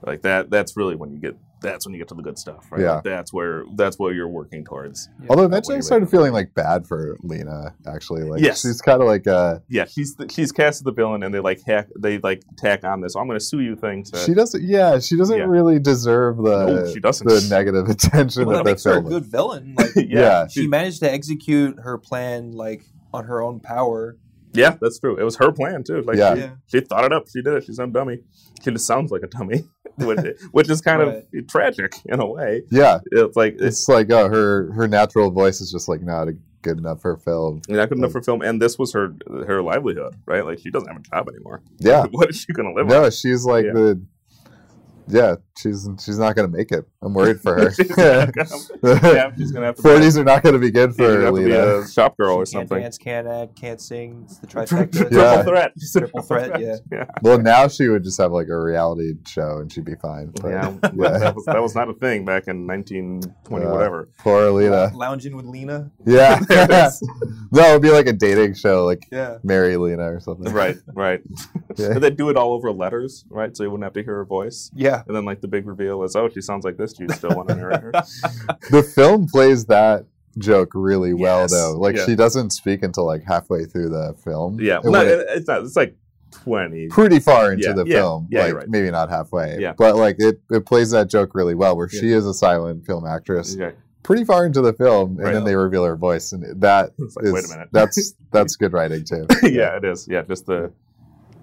Speaker 2: like that. That's really when you get. That's when you get to the good stuff, right?
Speaker 1: Yeah.
Speaker 2: Like that's where that's what you're working towards.
Speaker 1: although
Speaker 2: That
Speaker 1: eventually i
Speaker 2: way we
Speaker 1: started
Speaker 2: can-
Speaker 1: feeling like bad for lena actually like
Speaker 2: Yes.
Speaker 1: she's kind of like uh
Speaker 2: Yeah, she's the, she's cast as the villain, and they like hack they like tack on this. "Oh, I'm going to sue you thing. To,
Speaker 1: she
Speaker 2: [laughs]
Speaker 1: doesn't yeah she doesn't
Speaker 2: Yeah.
Speaker 1: really deserve the
Speaker 2: No, she doesn't.
Speaker 1: the negative [laughs] attention that
Speaker 3: Well, that
Speaker 1: the
Speaker 3: makes her a
Speaker 1: film
Speaker 3: good villain. Like,
Speaker 1: Yeah.
Speaker 3: she managed to execute her plan like on her own power.
Speaker 2: Yeah, that's true. It was her plan too. Like
Speaker 1: Yeah.
Speaker 2: she, she thought it up. She did it. She's no dummy. She just sounds like a dummy, [laughs] which, which is kind of tragic in a way.
Speaker 1: yeah
Speaker 2: It's like it's
Speaker 1: it's like oh her her natural voice is just like not good enough for film
Speaker 2: not good enough for film, and this was her her livelihood, right? Like she doesn't have a job anymore.
Speaker 1: yeah
Speaker 2: [laughs] what is she going to live on?
Speaker 1: no she's like
Speaker 2: Yeah.
Speaker 1: the yeah she's she's not gonna make it i'm worried for her
Speaker 2: [laughs] She's
Speaker 1: [laughs]
Speaker 2: not gonna- [laughs] Yeah, she's going to have to. be-
Speaker 1: 40s are not gonna be good
Speaker 2: she's
Speaker 1: for
Speaker 2: gonna
Speaker 1: her
Speaker 2: have to be
Speaker 1: Lena.
Speaker 2: a shop girl or
Speaker 3: She can't
Speaker 2: something.
Speaker 3: dance, can't act, can't sing. It's
Speaker 2: [laughs]
Speaker 3: the
Speaker 2: Triple
Speaker 3: trifecta.
Speaker 1: Yeah.
Speaker 2: threat.
Speaker 3: Triple threat, yeah.
Speaker 2: [laughs] yeah.
Speaker 1: well now she would just have like a reality show and she'd be fine but
Speaker 2: [laughs] Yeah,
Speaker 1: Yeah.
Speaker 2: That, was, that was not a thing back in 1920
Speaker 1: Yeah. [laughs]
Speaker 2: whatever.
Speaker 1: poor lena
Speaker 3: Lounging with Lena.
Speaker 1: yeah
Speaker 2: [laughs]
Speaker 1: [laughs]
Speaker 2: There it is.
Speaker 1: no it'd be like a dating show like
Speaker 3: Yeah.
Speaker 1: mary lena or something
Speaker 2: Right, right.
Speaker 1: Yeah.
Speaker 2: And they do it all over letters, right? So you wouldn't have to hear her voice.
Speaker 3: Yeah.
Speaker 2: And then like the big reveal is, oh, she sounds like this. Do you still want to marry
Speaker 1: [laughs]
Speaker 2: her?
Speaker 1: the film plays that joke really well
Speaker 2: Yes.
Speaker 1: though like
Speaker 2: Yeah.
Speaker 1: she doesn't speak until like halfway through the film
Speaker 2: yeah,
Speaker 1: And
Speaker 2: no,
Speaker 1: when it-
Speaker 2: it- it's not. It's like twenty.
Speaker 1: pretty far into
Speaker 2: Yeah,
Speaker 1: the
Speaker 2: yeah,
Speaker 1: film.
Speaker 2: yeah,
Speaker 1: like
Speaker 2: you're right.
Speaker 1: maybe not halfway.
Speaker 2: Yeah.
Speaker 1: But like it, it plays that joke really well where
Speaker 2: Yeah.
Speaker 1: she is a silent film actress
Speaker 2: Yeah,
Speaker 1: pretty far into the film, and
Speaker 2: Right.
Speaker 1: then they reveal her voice, and that
Speaker 2: It's like,
Speaker 1: is-
Speaker 2: wait
Speaker 1: [laughs]
Speaker 2: a minute.
Speaker 1: that's
Speaker 2: [laughs]
Speaker 1: that's good writing too.
Speaker 2: yeah, it is. Yeah, just the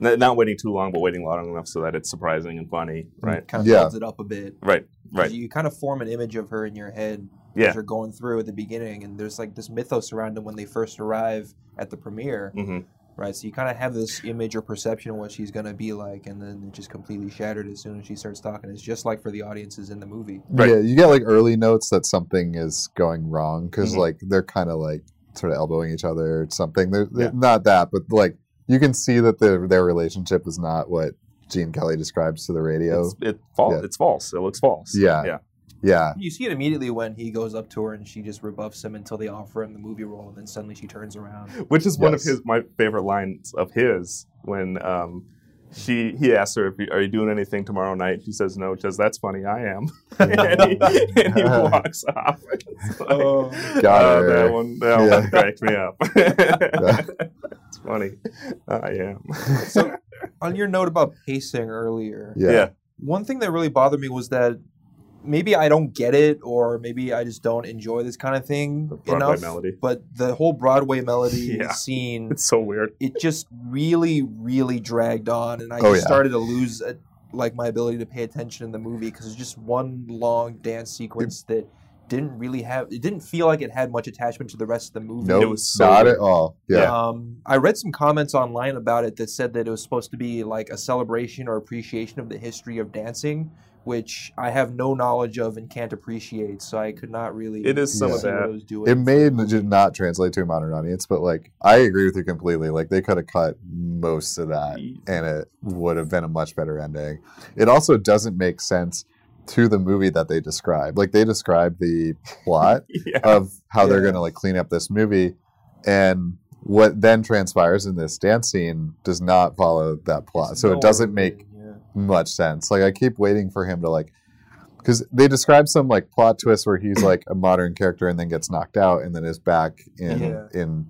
Speaker 2: n- not waiting too long, but waiting long enough so that it's surprising and funny.
Speaker 1: Hmm.
Speaker 2: Right.
Speaker 3: Kind of
Speaker 1: Yeah.
Speaker 3: builds it up a bit.
Speaker 2: Right.
Speaker 3: 'Cause
Speaker 2: Right.
Speaker 3: You kind of form an image of her in your head
Speaker 2: Yeah.
Speaker 3: as you're going through at the beginning, and there's like this mythos around them when they first arrive at the premiere,
Speaker 2: hmm
Speaker 3: right? So you kind of have this image or perception of what she's gonna be like, and then it just completely shattered as soon as she starts talking. It's just like for the audiences in the movie.
Speaker 2: Right.
Speaker 1: Yeah, you get like early notes that something is going wrong because
Speaker 2: Mhm.
Speaker 1: like they're kind of like sort of elbowing each other or something. They're, they're-
Speaker 2: Yeah.
Speaker 1: not that, but like you can see that their their relationship is not what Gene Kelly describes to the radio.
Speaker 2: It's, it fal-
Speaker 1: Yeah.
Speaker 2: It's false. It looks false.
Speaker 1: Yeah.
Speaker 2: Yeah. [laughs]
Speaker 1: yeah,
Speaker 3: You see it immediately when he goes up to her and she just rebuffs him until they offer him the movie role, and then suddenly she turns around.
Speaker 2: Which is one
Speaker 1: Yes.
Speaker 2: of his my favorite lines of his when um, she he asks her, if you, "Are you doing anything tomorrow night?" She says, "No." She says, "That's funny. I am." [laughs] and, he, and he walks off. [laughs] It's like,
Speaker 1: Got
Speaker 2: oh,
Speaker 1: her.
Speaker 2: that one, that
Speaker 1: Yeah.
Speaker 2: one cracked me up. [laughs] it's funny. I am.
Speaker 3: so, on your note about pacing earlier,
Speaker 1: [laughs] yeah,
Speaker 2: yeah.
Speaker 3: one thing that really bothered me was that maybe I don't get it, or maybe I just don't enjoy this kind of thing
Speaker 2: The Broadway
Speaker 3: enough.
Speaker 2: melody.
Speaker 3: But the whole Broadway melody
Speaker 2: [laughs] Yeah.
Speaker 3: scene,
Speaker 2: It's so weird.
Speaker 3: it just really, really dragged on, and I
Speaker 1: Oh,
Speaker 3: just
Speaker 1: yeah.
Speaker 3: started to lose uh like my ability to pay attention in the movie because it's just one long dance sequence that didn't really have. It didn't feel like it had much attachment to the rest of the movie.
Speaker 1: No,
Speaker 2: It was so
Speaker 1: not
Speaker 2: weird.
Speaker 1: at all. Yeah,
Speaker 3: Um, I read some comments online about it that said that it was supposed to be like a celebration or appreciation of the history of dancing, which I have no knowledge of and can't appreciate. So I could not really.
Speaker 2: It is
Speaker 1: some
Speaker 3: see
Speaker 1: of
Speaker 2: that.
Speaker 3: What it was doing.
Speaker 1: it may n- did not translate to a modern audience, but like I agree with you completely. Like they could have cut most of that, and it would have been a much better ending. It also doesn't make sense to the movie that they describe. Like they describe the plot
Speaker 2: [laughs] Yeah.
Speaker 1: of how they're
Speaker 3: [laughs] Yeah.
Speaker 1: going to like clean up this movie and what then transpires in this dance scene does not follow that plot so
Speaker 3: No
Speaker 1: it doesn't
Speaker 3: idea,
Speaker 1: make much sense like i keep waiting for him to like because they describe some like plot twist where he's like a modern character and then gets knocked out and then is back in
Speaker 3: Yeah.
Speaker 1: in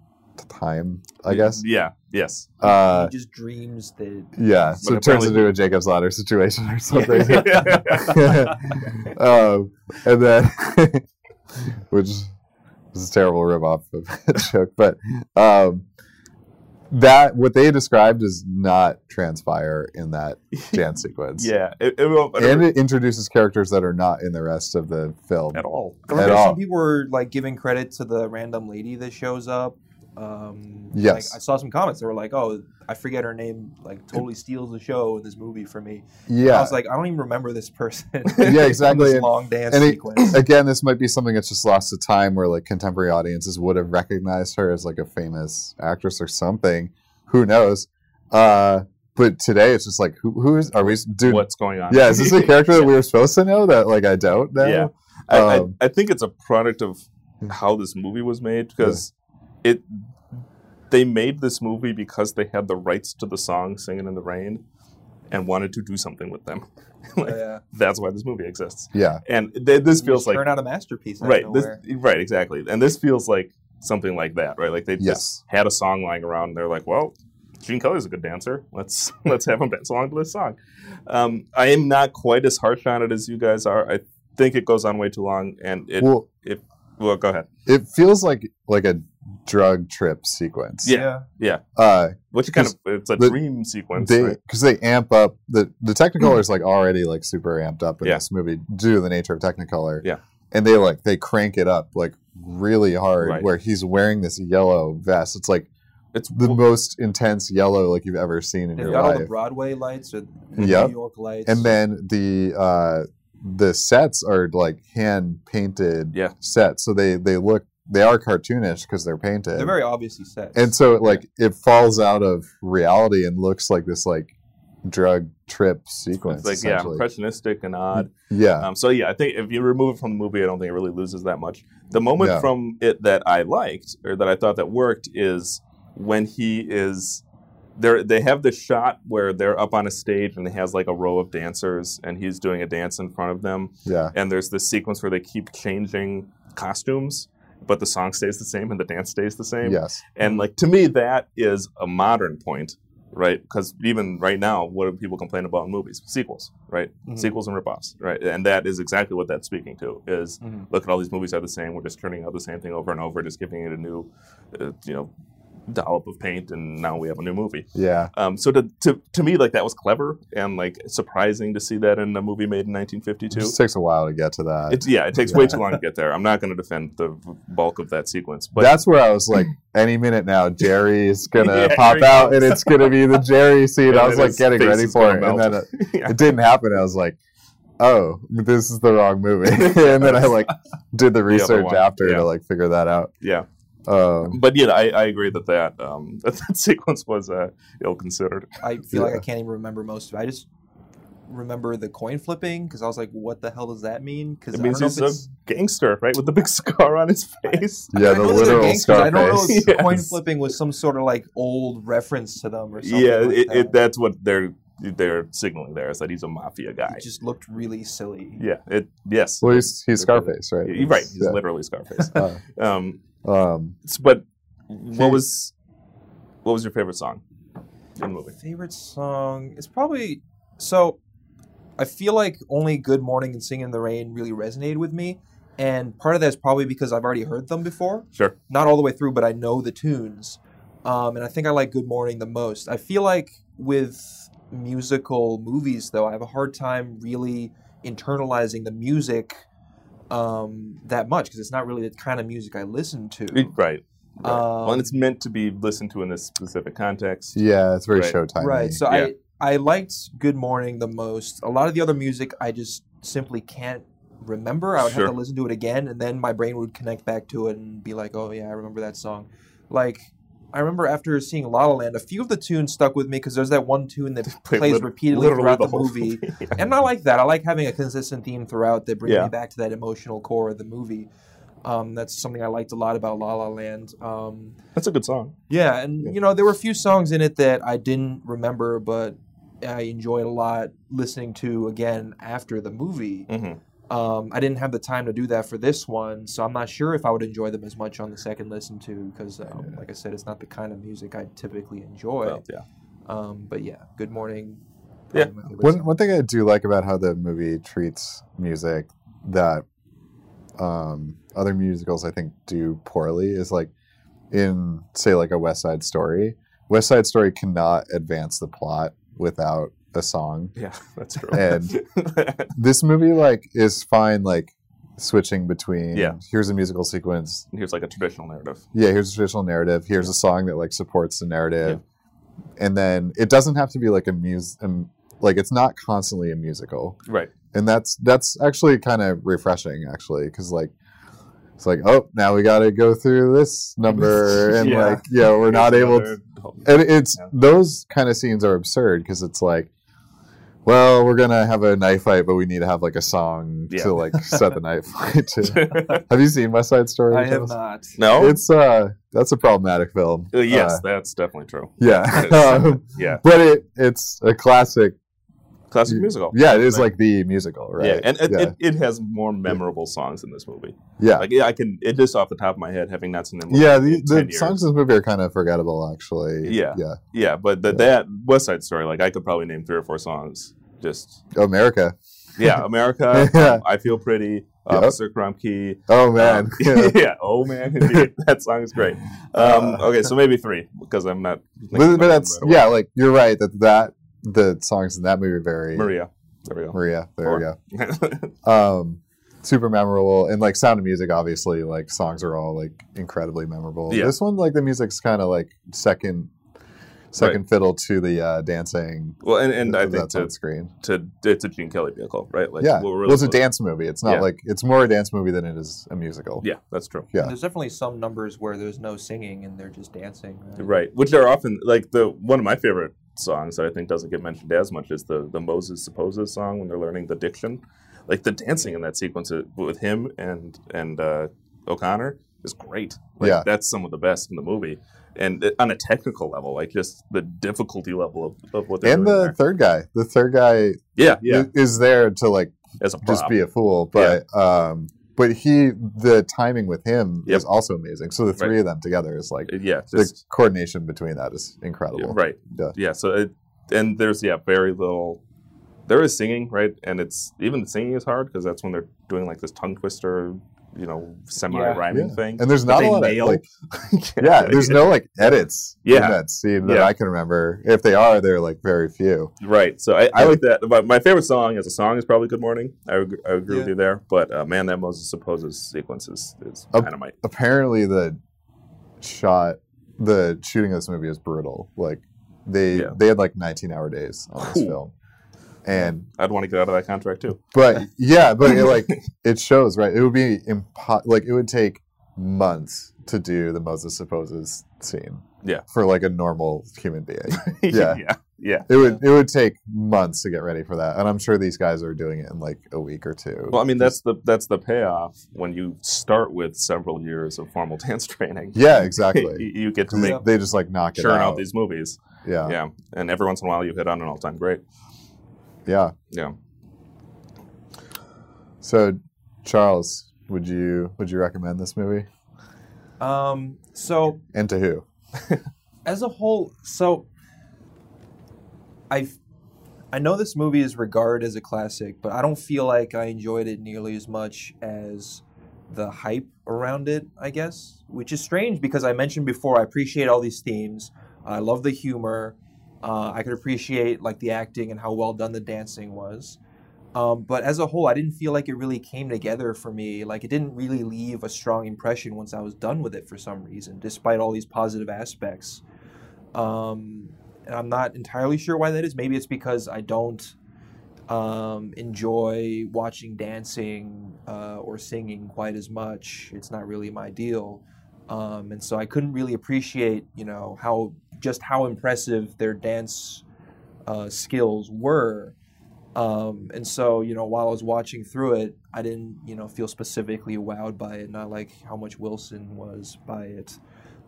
Speaker 1: time i guess
Speaker 2: Yeah. Yes.
Speaker 3: Yeah.
Speaker 1: uh
Speaker 3: he just dreams that.
Speaker 1: yeah so it
Speaker 2: But
Speaker 1: turns
Speaker 2: apparently-
Speaker 1: into a jacob's ladder situation or
Speaker 2: [laughs]
Speaker 1: something
Speaker 2: yeah.
Speaker 1: um, and then, [laughs] which is a terrible ripoff of [laughs] that joke, but um, that what they described does not transpire in
Speaker 2: [laughs]
Speaker 1: that dance sequence.
Speaker 2: It, it will,
Speaker 1: and it introduces characters that are not in the rest of the film.
Speaker 2: at all.
Speaker 3: I remember
Speaker 1: At all.
Speaker 3: some people were like giving credit to the random lady that shows up. Um,
Speaker 1: Yes.
Speaker 3: like, I saw some comments that were like, "Oh, I forget her name. Like, totally steals the show in this movie for me."
Speaker 1: Yeah,
Speaker 3: I was like, I don't even remember this person.
Speaker 1: [laughs] Yeah,
Speaker 3: [laughs]
Speaker 1: exactly,
Speaker 3: This
Speaker 1: and-
Speaker 3: long dance
Speaker 1: and [laughs] it-
Speaker 3: sequence.
Speaker 1: again, this might be something that's just lost to time, where like contemporary audiences would have recognized her as like a famous actress or something. Who knows? Uh, but today, it's just like who, who is? Are we? Dude,
Speaker 2: What's going on?
Speaker 1: [laughs] Yeah, is this
Speaker 2: [laughs]
Speaker 1: a character that we were supposed to know that like I don't know?
Speaker 2: Yeah. I,
Speaker 1: Um,
Speaker 2: I, I think it's a product of how this movie was made because it they made this movie because they had the rights to the song "Singing in the Rain" and wanted to do something with them. like,
Speaker 3: yeah.
Speaker 2: That's why this movie exists.
Speaker 1: Yeah.
Speaker 2: And th- this feels like
Speaker 3: turn out a masterpiece. out of
Speaker 2: right, this,
Speaker 3: nowhere.
Speaker 2: right, exactly. And this feels like something like that, right? Like they
Speaker 1: Yes.
Speaker 2: just had a song lying around, and they're like, "Well, Gene Kelly's a good dancer. Let's [laughs] let's have him dance along to this song." Um, I am not quite as harsh on it as you guys are. I think it goes on way too long, and it
Speaker 1: well,
Speaker 2: well, go ahead.
Speaker 1: it feels like like a drug trip sequence.
Speaker 2: Yeah.
Speaker 1: Uh,
Speaker 2: Which kind of it's a
Speaker 1: the-
Speaker 2: dream sequence.
Speaker 1: they
Speaker 2: right?
Speaker 1: because they amp up the the Technicolor is like already like super amped up in
Speaker 2: Mm. Yeah.
Speaker 1: this movie due to the nature of Technicolor.
Speaker 2: Yeah.
Speaker 1: And they like they crank it up like really hard
Speaker 2: Right.
Speaker 1: where he's wearing this yellow vest. It's like
Speaker 2: It's
Speaker 1: the most intense yellow like you've ever seen in
Speaker 3: They've
Speaker 1: your
Speaker 3: got all
Speaker 1: life.
Speaker 3: the Broadway lights or the
Speaker 1: Yep.
Speaker 3: New York lights.
Speaker 1: and then the uh the sets are like hand painted
Speaker 2: Yeah.
Speaker 1: sets so they they look they are cartoonish because they're painted
Speaker 3: they're very obviously set.
Speaker 1: and so it, like it falls out of reality and looks like this like drug trip sequence
Speaker 2: it's like yeah,
Speaker 1: essentially.
Speaker 2: impressionistic and odd.
Speaker 1: yeah
Speaker 2: Um, so yeah, I think if you remove it from the movie, I don't think it really loses that much. The moment
Speaker 1: No.
Speaker 2: from it that I liked or that I thought that worked is when he is there. They have this shot where they're up on a stage and he has like a row of dancers and he's doing a dance in front of them.
Speaker 1: yeah
Speaker 2: And there's this sequence where they keep changing costumes, but the song stays the same and the dance stays the same.
Speaker 1: yes
Speaker 2: And like to me, that is a modern point right? Because even right now, what do people complain about in movies? Sequels, right?
Speaker 3: Mhm.
Speaker 2: Sequels and ripoffs, right? And that is exactly what that's speaking to. Is
Speaker 3: Mhm.
Speaker 2: look at all these movies are the same. We're just turning out the same thing over and over, just giving it a new, uh, you know, dollop of paint, and now we have a new movie.
Speaker 1: Yeah.
Speaker 2: Um, so to, to to me, like that was clever and like surprising to see that in a movie made in 1952.
Speaker 1: It takes a while to get to that.
Speaker 2: It's, yeah, it takes way too long to get there. I'm not going to defend the bulk of that sequence, but
Speaker 1: That's where I was
Speaker 2: [clears throat]
Speaker 1: like, any minute now, Jerry
Speaker 2: [laughs]
Speaker 1: is gonna
Speaker 2: Yeah, here
Speaker 1: pop
Speaker 2: he
Speaker 1: out,
Speaker 2: goes.
Speaker 1: and it's gonna be the Jerry scene.
Speaker 2: And
Speaker 1: I was
Speaker 2: then
Speaker 1: like
Speaker 2: his
Speaker 1: getting
Speaker 2: face
Speaker 1: ready
Speaker 2: is
Speaker 1: for it,
Speaker 2: gonna
Speaker 1: and
Speaker 2: melt.
Speaker 1: then it,
Speaker 2: [laughs] Yeah.
Speaker 1: it didn't happen. I was like, oh, this is the wrong
Speaker 2: [laughs]
Speaker 1: movie, [laughs] and then I like did the research
Speaker 2: one,
Speaker 1: after
Speaker 2: yeah.
Speaker 1: to like figure that out.
Speaker 2: yeah,
Speaker 1: Um,
Speaker 2: but yeah, I, I agree that that um, [laughs] that, that sequence was uh, ill considered.
Speaker 3: I feel like I
Speaker 1: Yeah.
Speaker 3: can't even remember most of it. I just remember the coin flipping because I was like, what the hell does that mean? Because
Speaker 2: It means he's a gangster, right, with the big [laughs] scar on his face.
Speaker 1: yeah, the
Speaker 3: I know they're
Speaker 1: literal
Speaker 3: gangsters. I don't know
Speaker 1: Scarface.
Speaker 3: if coin
Speaker 2: Yes.
Speaker 3: flipping was some sort of like old reference to them or something.
Speaker 2: Yeah,
Speaker 3: like
Speaker 2: it,
Speaker 3: that.
Speaker 2: it, that's what they're they're signaling there is that he's a mafia guy.
Speaker 3: It just looked really silly.
Speaker 2: Yeah, it yes,
Speaker 1: Well, he's, he's Scarface, right?
Speaker 2: you're right. He's
Speaker 1: Yeah.
Speaker 2: literally
Speaker 3: [laughs]
Speaker 2: Scarface.
Speaker 1: Uh,
Speaker 2: um,
Speaker 1: um,
Speaker 2: s- but what was what was your favorite song in the movie?
Speaker 3: Favorite song? It's probably so. I feel like only "Good Morning" and "Singing in the Rain" really resonated with me, and part of that is probably because I've already heard them before.
Speaker 2: Sure.
Speaker 3: Not all the way through, but I know the tunes, um, and I think I like "Good Morning" the most. I feel like with musical movies, though, I have a hard time really internalizing the music um, that much because it's not really the kind of music I listen to.
Speaker 2: Right. right.
Speaker 3: Um,
Speaker 2: well, and it's meant to be listened to in this specific context.
Speaker 1: yeah, it's very
Speaker 2: Right.
Speaker 1: Showtime.
Speaker 3: Right. So
Speaker 2: Yeah.
Speaker 3: I I liked Good Morning the most. A lot of the other music I just simply can't remember. I would
Speaker 2: Sure.
Speaker 3: have to listen to it again, and then my brain would connect back to it and be like, "Oh yeah, I remember that song." Like I remember after seeing La La Land, a few of the tunes stuck with me because there's that one tune
Speaker 2: [laughs]
Speaker 3: that
Speaker 2: Play
Speaker 3: plays
Speaker 2: lit-
Speaker 3: repeatedly
Speaker 2: literally
Speaker 3: throughout the,
Speaker 2: whole
Speaker 3: movie, and I like that. I like having a consistent theme throughout that brings
Speaker 2: Yeah.
Speaker 3: me back to that emotional core of the movie. Um, that's something I liked a lot about La La Land. Um,
Speaker 2: [laughs] That's a good song.
Speaker 3: yeah, and
Speaker 2: Yeah.
Speaker 3: you know there were a few songs in it that I didn't remember, but I enjoyed a lot listening to again after the movie.
Speaker 2: hmm
Speaker 3: Um, I didn't have the time to do that for this one, so I'm not sure if I would enjoy them as much on the second listen to because, um, like I said, it's not the kind of music I typically enjoy.
Speaker 2: Well, yeah.
Speaker 3: Um, but yeah, Good Morning.
Speaker 2: Yeah.
Speaker 3: probably my favorite
Speaker 1: One
Speaker 3: song.
Speaker 1: one thing I do like about how the movie treats music that um, other musicals I think do poorly is like in say like a West Side Story. West Side Story cannot advance the plot without a song.
Speaker 2: Yeah, [laughs] that's true.
Speaker 1: And- This movie like is fine like switching between
Speaker 2: Yeah.
Speaker 1: here's a musical sequence,
Speaker 2: Here's like a traditional narrative.
Speaker 1: yeah, here's a traditional narrative, here's a song that like supports the narrative. And then it doesn't have to be like a mus um, like it's not constantly a musical.
Speaker 2: Right.
Speaker 1: and that's that's actually kind of refreshing actually because like it's like oh now we got to go through
Speaker 2: [laughs]
Speaker 1: this number and
Speaker 2: Yeah.
Speaker 1: like yeah we're not able to, and it's
Speaker 2: Yeah.
Speaker 1: those kind of scenes are absurd because it's like well we're gonna have a knife fight but we need to have like a song
Speaker 2: Yeah.
Speaker 1: to like set the knife [laughs] fight to.
Speaker 2: [laughs]
Speaker 1: [laughs]
Speaker 2: to.
Speaker 1: have you seen west side story
Speaker 3: I have
Speaker 1: Thomas?
Speaker 3: not.
Speaker 2: no.
Speaker 1: it's uh that's a problematic film
Speaker 2: Oh. Uh, yes,
Speaker 1: Uh,
Speaker 2: that's definitely true.
Speaker 1: yeah
Speaker 2: Yes.
Speaker 1: [laughs] Um,
Speaker 2: Yeah,
Speaker 1: but it it's a classic
Speaker 2: classic musical.
Speaker 1: yeah it is
Speaker 2: Right.
Speaker 1: like the musical right
Speaker 2: Yeah, and it,
Speaker 1: yeah,
Speaker 2: It, it has more memorable songs in this movie.
Speaker 1: yeah.
Speaker 2: Like yeah, I can it just off the top of my head, having not seen them.
Speaker 1: Yeah, the,
Speaker 2: in 10
Speaker 1: the
Speaker 2: years.
Speaker 1: songs in this movie are kind of forgettable, actually.
Speaker 2: Yeah.
Speaker 1: yeah.
Speaker 2: Yeah, but the,
Speaker 1: Yeah.
Speaker 2: that West Side Story, like I could probably name three or four songs. Just
Speaker 1: Oh, America. [laughs]
Speaker 2: yeah, America.
Speaker 1: Yeah.
Speaker 2: um, I feel pretty.
Speaker 1: Yeah.
Speaker 2: Officer Krumke.
Speaker 1: Oh
Speaker 2: um,
Speaker 1: man, [laughs]
Speaker 2: [laughs] yeah. Oh man, [laughs] indeed. that song is great. Um,
Speaker 1: Uh.
Speaker 2: okay, so maybe three because I'm not.
Speaker 1: but, but that's yeah, like you're right that that the songs in that movie are very
Speaker 2: Maria. There we go.
Speaker 1: Maria, there we go.
Speaker 2: yeah,
Speaker 1: Um, super memorable and like Sound of Music, obviously, like songs are all like incredibly memorable.
Speaker 2: Yeah.
Speaker 1: This one, like the music's kind of like second. Second fiddle to the uh, dancing,
Speaker 2: [laughs] well, and, and I
Speaker 1: of
Speaker 2: think
Speaker 1: that's
Speaker 2: to,
Speaker 1: on screen.
Speaker 2: to it's a Gene Kelly vehicle, right? Like,
Speaker 1: yeah,
Speaker 2: we're
Speaker 1: well, it's a
Speaker 2: really-
Speaker 1: dance movie. It's not
Speaker 2: Yeah.
Speaker 1: like it's more a dance movie than it is a musical.
Speaker 2: Yeah, that's true.
Speaker 1: Yeah.
Speaker 3: There's definitely some numbers where there's no singing and they're just dancing.
Speaker 2: Right, which are often like the one of my favorite songs that I think doesn't get mentioned as much is the the Moses supposes song when they're learning the diction. Like the dancing in that sequence i- with him and and uh, O'Connor is great. Like,
Speaker 1: Yeah.
Speaker 2: that's some of the best in the movie, and it- on a technical level, like just the difficulty level of, of what they're
Speaker 1: and
Speaker 2: doing
Speaker 1: the
Speaker 2: there.
Speaker 1: third guy, the third guy
Speaker 2: yeah yeah
Speaker 1: is there to like
Speaker 2: as a prop.
Speaker 1: just be a fool, but um, but he the timing with him
Speaker 2: Yep.
Speaker 1: is also amazing. So the three of them together is like
Speaker 2: yeah,
Speaker 1: the
Speaker 2: just,
Speaker 1: coordination between that is incredible.
Speaker 2: right.
Speaker 1: Yeah.
Speaker 2: yeah so it, and there's yeah very little there is singing right and it's even the singing is hard because that's when they're doing like this tongue twister you know semi rhyming
Speaker 1: Yeah.
Speaker 2: thing
Speaker 1: And there's
Speaker 2: But
Speaker 1: not
Speaker 2: they
Speaker 1: a lot
Speaker 2: nail- [laughs]
Speaker 1: of like yeah, there's no like edits
Speaker 2: Yeah.
Speaker 1: in that scene that
Speaker 2: Yeah.
Speaker 1: I can remember. If they are, they're like very few.
Speaker 2: right so i, I like that but my favorite song as a song is probably good morning i, ag- I agree with
Speaker 3: Yeah.
Speaker 2: you there but uh, man that moses supposes sequence is, is
Speaker 1: Oh.
Speaker 2: dynamite
Speaker 1: Apparently the shot the shooting of this movie is brutal. Like they
Speaker 2: Yeah.
Speaker 1: they had like 19 hour days on this
Speaker 2: Cool.
Speaker 1: film. And
Speaker 2: i'd want to get out of that contract too [laughs]
Speaker 1: but yeah, but it, like it shows, right? It would be impo- like it would take months to do the Moses supposes scene.
Speaker 2: Yeah.
Speaker 1: For like a normal human being. Yeah.
Speaker 2: yeah yeah
Speaker 1: It would it would take months to get ready for that. And I'm sure these guys are doing it in like a week or two.
Speaker 2: well i mean that's the that's the payoff when you start with several years of formal [laughs] dance training
Speaker 1: yeah,
Speaker 2: [laughs]
Speaker 3: [laughs]
Speaker 1: exactly.
Speaker 2: you get to
Speaker 1: 'Cause
Speaker 2: make
Speaker 1: They just like knock it
Speaker 2: churn
Speaker 1: out.
Speaker 2: out these movies
Speaker 1: yeah. yeah.
Speaker 2: yeah and every once in a while you hit on an all-time great yeah
Speaker 1: So Charles, would you would you recommend this movie?
Speaker 3: Um, so
Speaker 1: And to
Speaker 3: [laughs]
Speaker 1: who?
Speaker 3: as a whole, so I I know this movie is regarded as a classic, but I don't feel like I enjoyed it nearly as much as the hype around it, I guess, which is strange because I mentioned before I appreciate all these themes. I love the humor. Uh, I could appreciate like the acting and how well done the dancing was. Um, but as a whole, I didn't feel like it really came together for me. Like it didn't really leave a strong impression once I was done with it for some reason, despite all these positive aspects. Um, and I'm not entirely sure why that is. Maybe it's because I don't um, enjoy watching dancing uh, or singing quite as much. It's not really my deal, um, and so I couldn't really appreciate, you know, how just how impressive their dance uh, skills were. Um, and so, you know, while I was watching through it, I didn't, you know, feel specifically wowed by it, not like how much Wilson was by it.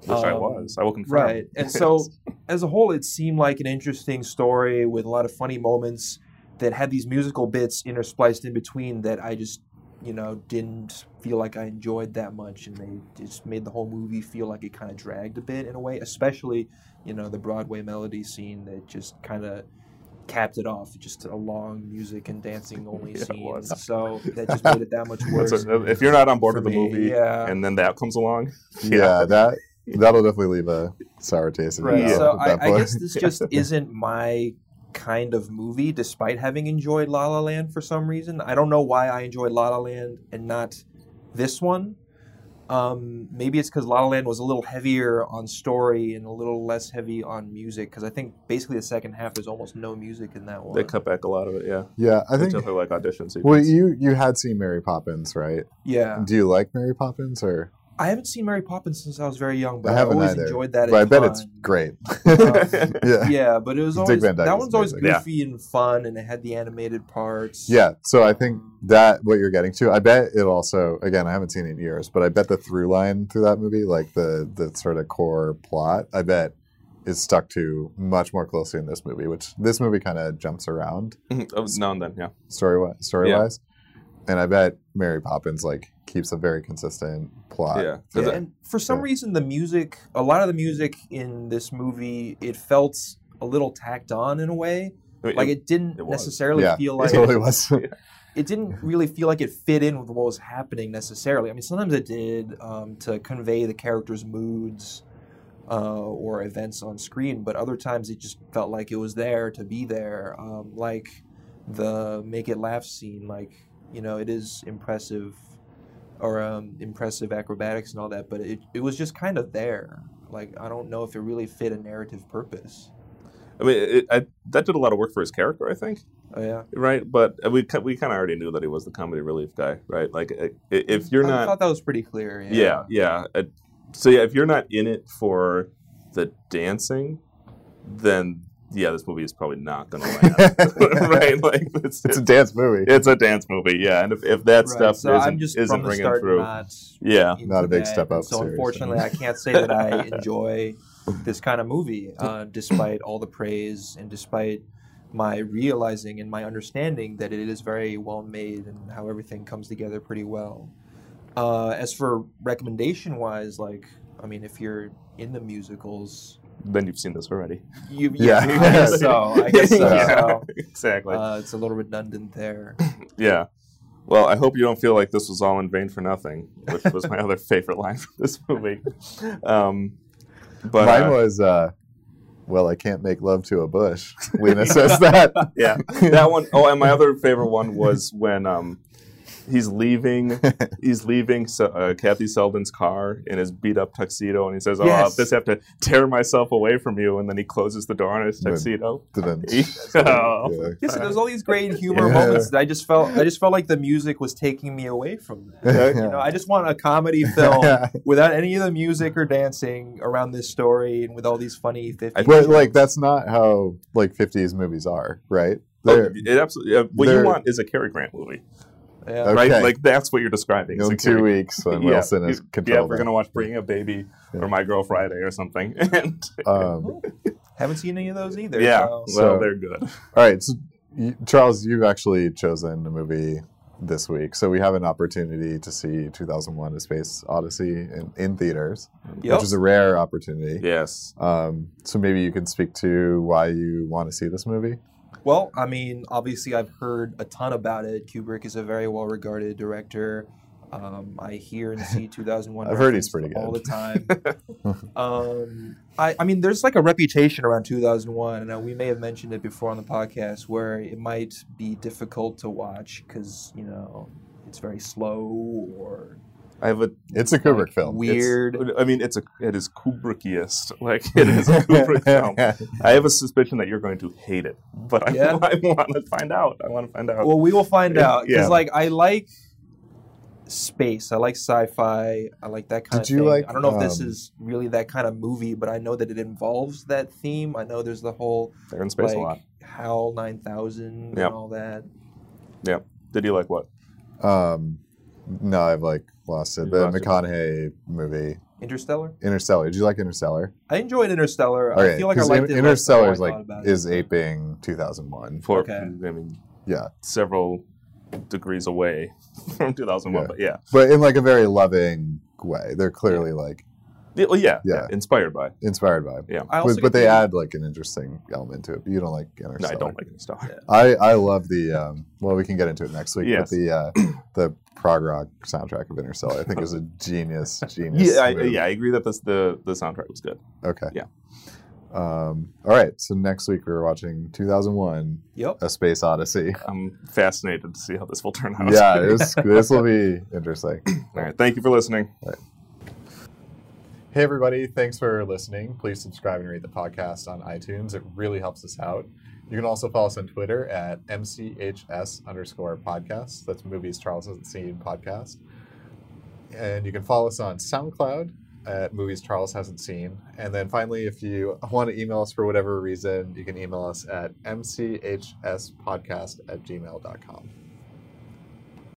Speaker 2: Which I
Speaker 3: Um,
Speaker 2: was. I will confirm.
Speaker 3: Right.
Speaker 2: [laughs]
Speaker 3: And so, as a whole, it seemed like an interesting story with a lot of funny moments that had these musical bits interspliced in between that I just, you know, didn't feel like I enjoyed that much. And they just made the whole movie feel like it kind of dragged a bit in a way, especially, you know, the Broadway melody scene that just kind of capped it off just a long music and dancing only
Speaker 2: [laughs] Yeah, it
Speaker 3: scene
Speaker 2: was.
Speaker 3: so that just made it that much
Speaker 2: [laughs]
Speaker 3: worse
Speaker 2: That's a- if you're not on board
Speaker 3: for
Speaker 2: with the
Speaker 3: me.
Speaker 2: movie
Speaker 3: yeah
Speaker 2: and then that comes along,
Speaker 1: Yeah, that that'll definitely leave a sour taste in your
Speaker 3: Right.
Speaker 1: mouth at
Speaker 3: So
Speaker 1: that
Speaker 3: I, I
Speaker 1: point.
Speaker 3: guess this just isn't my kind of movie, despite having enjoyed La La Land for some reason. I don't know why I enjoyed La La Land and not this one. Um, maybe it's because La La Land was a little heavier on story and a little less heavy on music. Because I think basically the second half there's almost no music in that one.
Speaker 2: they cut back a lot of it. Yeah,
Speaker 1: [laughs] yeah, I think
Speaker 3: [laughs]
Speaker 2: until they're like audition sequence.
Speaker 1: Well,
Speaker 2: [laughs]
Speaker 1: you you had seen Mary Poppins, right?
Speaker 3: yeah,
Speaker 1: Do you like Mary Poppins, or
Speaker 3: I haven't seen Mary Poppins since I was very young, but
Speaker 1: I
Speaker 3: I,
Speaker 1: haven't
Speaker 3: always
Speaker 1: either,
Speaker 3: enjoyed that.
Speaker 1: but
Speaker 3: a
Speaker 1: I bet it's
Speaker 3: ton.
Speaker 1: [laughs] great.
Speaker 3: [laughs] Um,
Speaker 1: [laughs] yeah,
Speaker 3: yeah, but it was
Speaker 1: Dick
Speaker 3: always
Speaker 1: Van Dyke
Speaker 3: that
Speaker 1: is
Speaker 3: one's always
Speaker 1: amazing.
Speaker 2: Yeah.
Speaker 3: goofy and fun, and it had the animated parts.
Speaker 1: yeah. So I think that what you're getting to, I bet it also. Again, I haven't seen it in years, but I bet the through line through that movie, like the the sort of core plot, I bet is stuck to much more closely in this movie. Which this movie kind of jumps around
Speaker 2: oh, now and then, yeah.
Speaker 1: story wi- story
Speaker 2: Yeah.
Speaker 1: wise, and I bet Mary Poppins like keeps a very consistent plot.
Speaker 2: Yeah.
Speaker 3: Yeah,
Speaker 2: Is it-
Speaker 3: and for some
Speaker 1: yeah.
Speaker 3: reason, the music, a lot of the music in this movie, it felt a little tacked on in a way.
Speaker 2: I mean,
Speaker 3: Like
Speaker 2: it-
Speaker 3: it didn't
Speaker 2: it was.
Speaker 3: necessarily
Speaker 1: Yeah, [laughs]
Speaker 3: feel
Speaker 1: it
Speaker 3: like
Speaker 1: totally was.
Speaker 2: [laughs]
Speaker 3: it didn't really feel like it fit in with what was happening necessarily. I mean, sometimes it did um, to convey the characters' moods uh, or events on screen, but other times it just felt like it was there to be there. Um, like the make it laugh scene, like you know, it is impressive or um, impressive acrobatics and all that, but it it was just kind of there. Like I don't know if it really fit a narrative purpose.
Speaker 2: I mean, it, I, that did a lot of work for his character, I think.
Speaker 3: Oh yeah,
Speaker 2: Right, but we ki- we kind of already knew that he was the comedy relief guy, right? Like, i- i- if you're
Speaker 3: I
Speaker 2: not,
Speaker 3: thought that was pretty clear.
Speaker 2: yeah, yeah. Uh, So yeah, if you're not in it for the dancing, then yeah, this movie is probably not going to land.
Speaker 1: [laughs]
Speaker 2: [laughs] [laughs] right? Like it's,
Speaker 1: it's a dance movie.
Speaker 2: It's a dance movie, yeah. And if, if that stuff
Speaker 3: so
Speaker 2: isn't,
Speaker 3: I'm just
Speaker 2: isn't
Speaker 3: from the
Speaker 2: ringing
Speaker 3: start
Speaker 2: through,
Speaker 3: not
Speaker 2: yeah,
Speaker 3: into
Speaker 1: Not a big
Speaker 3: that,
Speaker 1: step
Speaker 3: and
Speaker 1: up
Speaker 3: So
Speaker 1: series,
Speaker 3: unfortunately, I can't say that I
Speaker 1: [laughs]
Speaker 3: enjoy this kind of movie, uh, despite all the praise and despite my realizing and my understanding that it is very well made and how everything comes together pretty well. Uh, as for recommendation wise, like I mean, if you're into musicals,
Speaker 2: Then you've seen this already.
Speaker 3: you,
Speaker 1: Yeah. [laughs]
Speaker 3: I guess so. [laughs] I guess so.
Speaker 2: Yeah, [laughs] exactly.
Speaker 3: Uh, it's a little redundant there.
Speaker 2: yeah. Well, I hope you don't feel like this was all in vain for nothing, which was
Speaker 3: [laughs]
Speaker 2: my other favorite line from this movie. Um, but
Speaker 1: Mine
Speaker 2: uh,
Speaker 1: was, uh, well, I can't make love to a
Speaker 2: [laughs]
Speaker 1: bush. Lena says that.
Speaker 2: yeah, that one oh and my other favorite one was when um,
Speaker 1: [laughs]
Speaker 2: he's leaving. He's leaving Se- uh, Kathy Selden's car in his beat up tuxedo, and he says, "Oh, I'll
Speaker 3: Yes.
Speaker 2: just have to tear myself away from you." And then he closes the door on his
Speaker 1: Good.
Speaker 2: tuxedo.
Speaker 1: Didn't-
Speaker 2: [laughs] oh,
Speaker 1: yeah.
Speaker 3: Yes, and there's all these great humor
Speaker 1: Yeah.
Speaker 3: moments that I just felt I just felt like the music was taking me away from
Speaker 2: [laughs]
Speaker 3: that.
Speaker 1: [laughs] Yeah.
Speaker 3: You know, I just want
Speaker 1: [laughs]
Speaker 3: a comedy film without any of the music or dancing around this story and with all these funny 50s.
Speaker 1: But like that's not how like 50s movies are, right?
Speaker 2: Oh,
Speaker 1: They're,
Speaker 2: it absolutely. Uh, what
Speaker 1: they're-
Speaker 2: you want is a Cary Grant movie,
Speaker 3: yeah.
Speaker 1: Okay.
Speaker 2: right? Like that's what you're describing. is
Speaker 1: in
Speaker 2: a
Speaker 1: two
Speaker 2: Cary
Speaker 1: weeks when
Speaker 2: [laughs] Yeah,
Speaker 1: Wilson is
Speaker 2: you- Yeah,
Speaker 1: controlled.
Speaker 2: we're gonna watch Bringing a Baby
Speaker 1: Yeah.
Speaker 2: or My Girl Friday or something. [laughs] And
Speaker 1: um,
Speaker 3: Ooh, Haven't seen any of those either.
Speaker 2: yeah,
Speaker 3: so-
Speaker 1: So-
Speaker 2: well,
Speaker 1: [laughs]
Speaker 2: they're good.
Speaker 1: all right, so you, Charles, you've actually chosen a movie this week, so we have an opportunity to see 2001: A Space Odyssey in, in theaters,
Speaker 3: Yep.
Speaker 1: which is a rare opportunity.
Speaker 2: Yes.
Speaker 1: Um, so maybe you can speak to why you want to see this movie.
Speaker 3: Well, I mean, obviously, I've heard a ton about it. Kubrick is a very well regarded director. Um, I hear
Speaker 1: [laughs]
Speaker 3: and see 2001.
Speaker 1: I've heard he's
Speaker 3: referenced
Speaker 1: pretty
Speaker 3: All the
Speaker 1: good.
Speaker 3: time.
Speaker 1: [laughs]
Speaker 3: um, I, I mean, there's like a reputation around 2001, and uh, we may have mentioned it before on the podcast, where it might be difficult to watch because, you know, it's very slow or
Speaker 2: I have a
Speaker 1: It's a Kubrick film.
Speaker 3: we-
Speaker 2: it's-
Speaker 3: Weird.
Speaker 2: I mean, it's a it is Kubrickiest. [laughs] Like it
Speaker 3: [laughs]
Speaker 2: is a
Speaker 1: [laughs]
Speaker 2: Kubrick film. I have a suspicion that you're going to hate it, but I,
Speaker 3: Yeah.
Speaker 2: [laughs] I want to find out. I want to find
Speaker 1: Oh.
Speaker 2: out.
Speaker 3: Well, we will find
Speaker 2: Yeah.
Speaker 3: out because, like, I like space. I like sci-fi. I like that kind
Speaker 1: Did
Speaker 3: of
Speaker 1: you
Speaker 3: thing.
Speaker 1: like,
Speaker 3: I don't know if this
Speaker 1: um,
Speaker 3: is really that kind of movie, but I know that it involves that theme. I know there's the whole
Speaker 2: They're in space a lot.
Speaker 3: like HAL 9000
Speaker 2: Yep.
Speaker 3: and all that.
Speaker 2: Did you like what?
Speaker 1: um, no, I've like lost it.
Speaker 2: You
Speaker 1: The
Speaker 2: lost it.
Speaker 1: McConaughey movie,
Speaker 3: Interstellar.
Speaker 1: Interstellar. Did you like Interstellar?
Speaker 3: I enjoyed Interstellar. I
Speaker 1: Okay,
Speaker 3: feel like I
Speaker 1: 'cause
Speaker 3: liked it.
Speaker 1: In-
Speaker 3: less than
Speaker 1: Interstellar
Speaker 3: how I
Speaker 1: is like
Speaker 3: thought about it.
Speaker 1: is aping 2001.
Speaker 2: For
Speaker 3: Okay.
Speaker 2: I mean,
Speaker 1: Yeah.
Speaker 2: several degrees away [laughs] from 2001,
Speaker 1: Yeah.
Speaker 2: but yeah,
Speaker 1: but in like a very loving way. They're clearly like
Speaker 2: yeah, well, yeah,
Speaker 1: Yeah.
Speaker 2: inspired by.
Speaker 1: inspired by.
Speaker 2: Yeah,
Speaker 3: I also
Speaker 1: But, but
Speaker 3: get
Speaker 1: they
Speaker 3: the-
Speaker 1: add like an interesting element to it. You don't like Interstellar.
Speaker 2: no, I don't like Interstellar.
Speaker 1: I, I love the um, well we can get into it next week.
Speaker 2: Yes.
Speaker 1: But the uh, the prog rock soundtrack of Interstellar I think is a
Speaker 3: [laughs]
Speaker 1: genius genius.
Speaker 2: Yeah, I,
Speaker 1: move.
Speaker 2: yeah, I agree that this, the the soundtrack was good.
Speaker 1: Okay.
Speaker 2: Yeah.
Speaker 1: Um, all right. So next week we're watching 2001:
Speaker 3: Yep.
Speaker 1: A Space Odyssey.
Speaker 2: I'm fascinated to see how this will turn out.
Speaker 1: Yeah, this this will be interesting.
Speaker 2: [laughs] All right. Thank you for listening.
Speaker 1: Hey, everybody. Thanks for listening. Please subscribe and rate the podcast on iTunes. It really helps us out. You can also follow us on Twitter at MCHS underscore podcast. That's Movies Charles Hasn't Seen podcast. And you can follow us on SoundCloud at Movies Charles Hasn't Seen. And then finally, if you want to email us for whatever reason, you can email us at mchspodcast at gmail.com.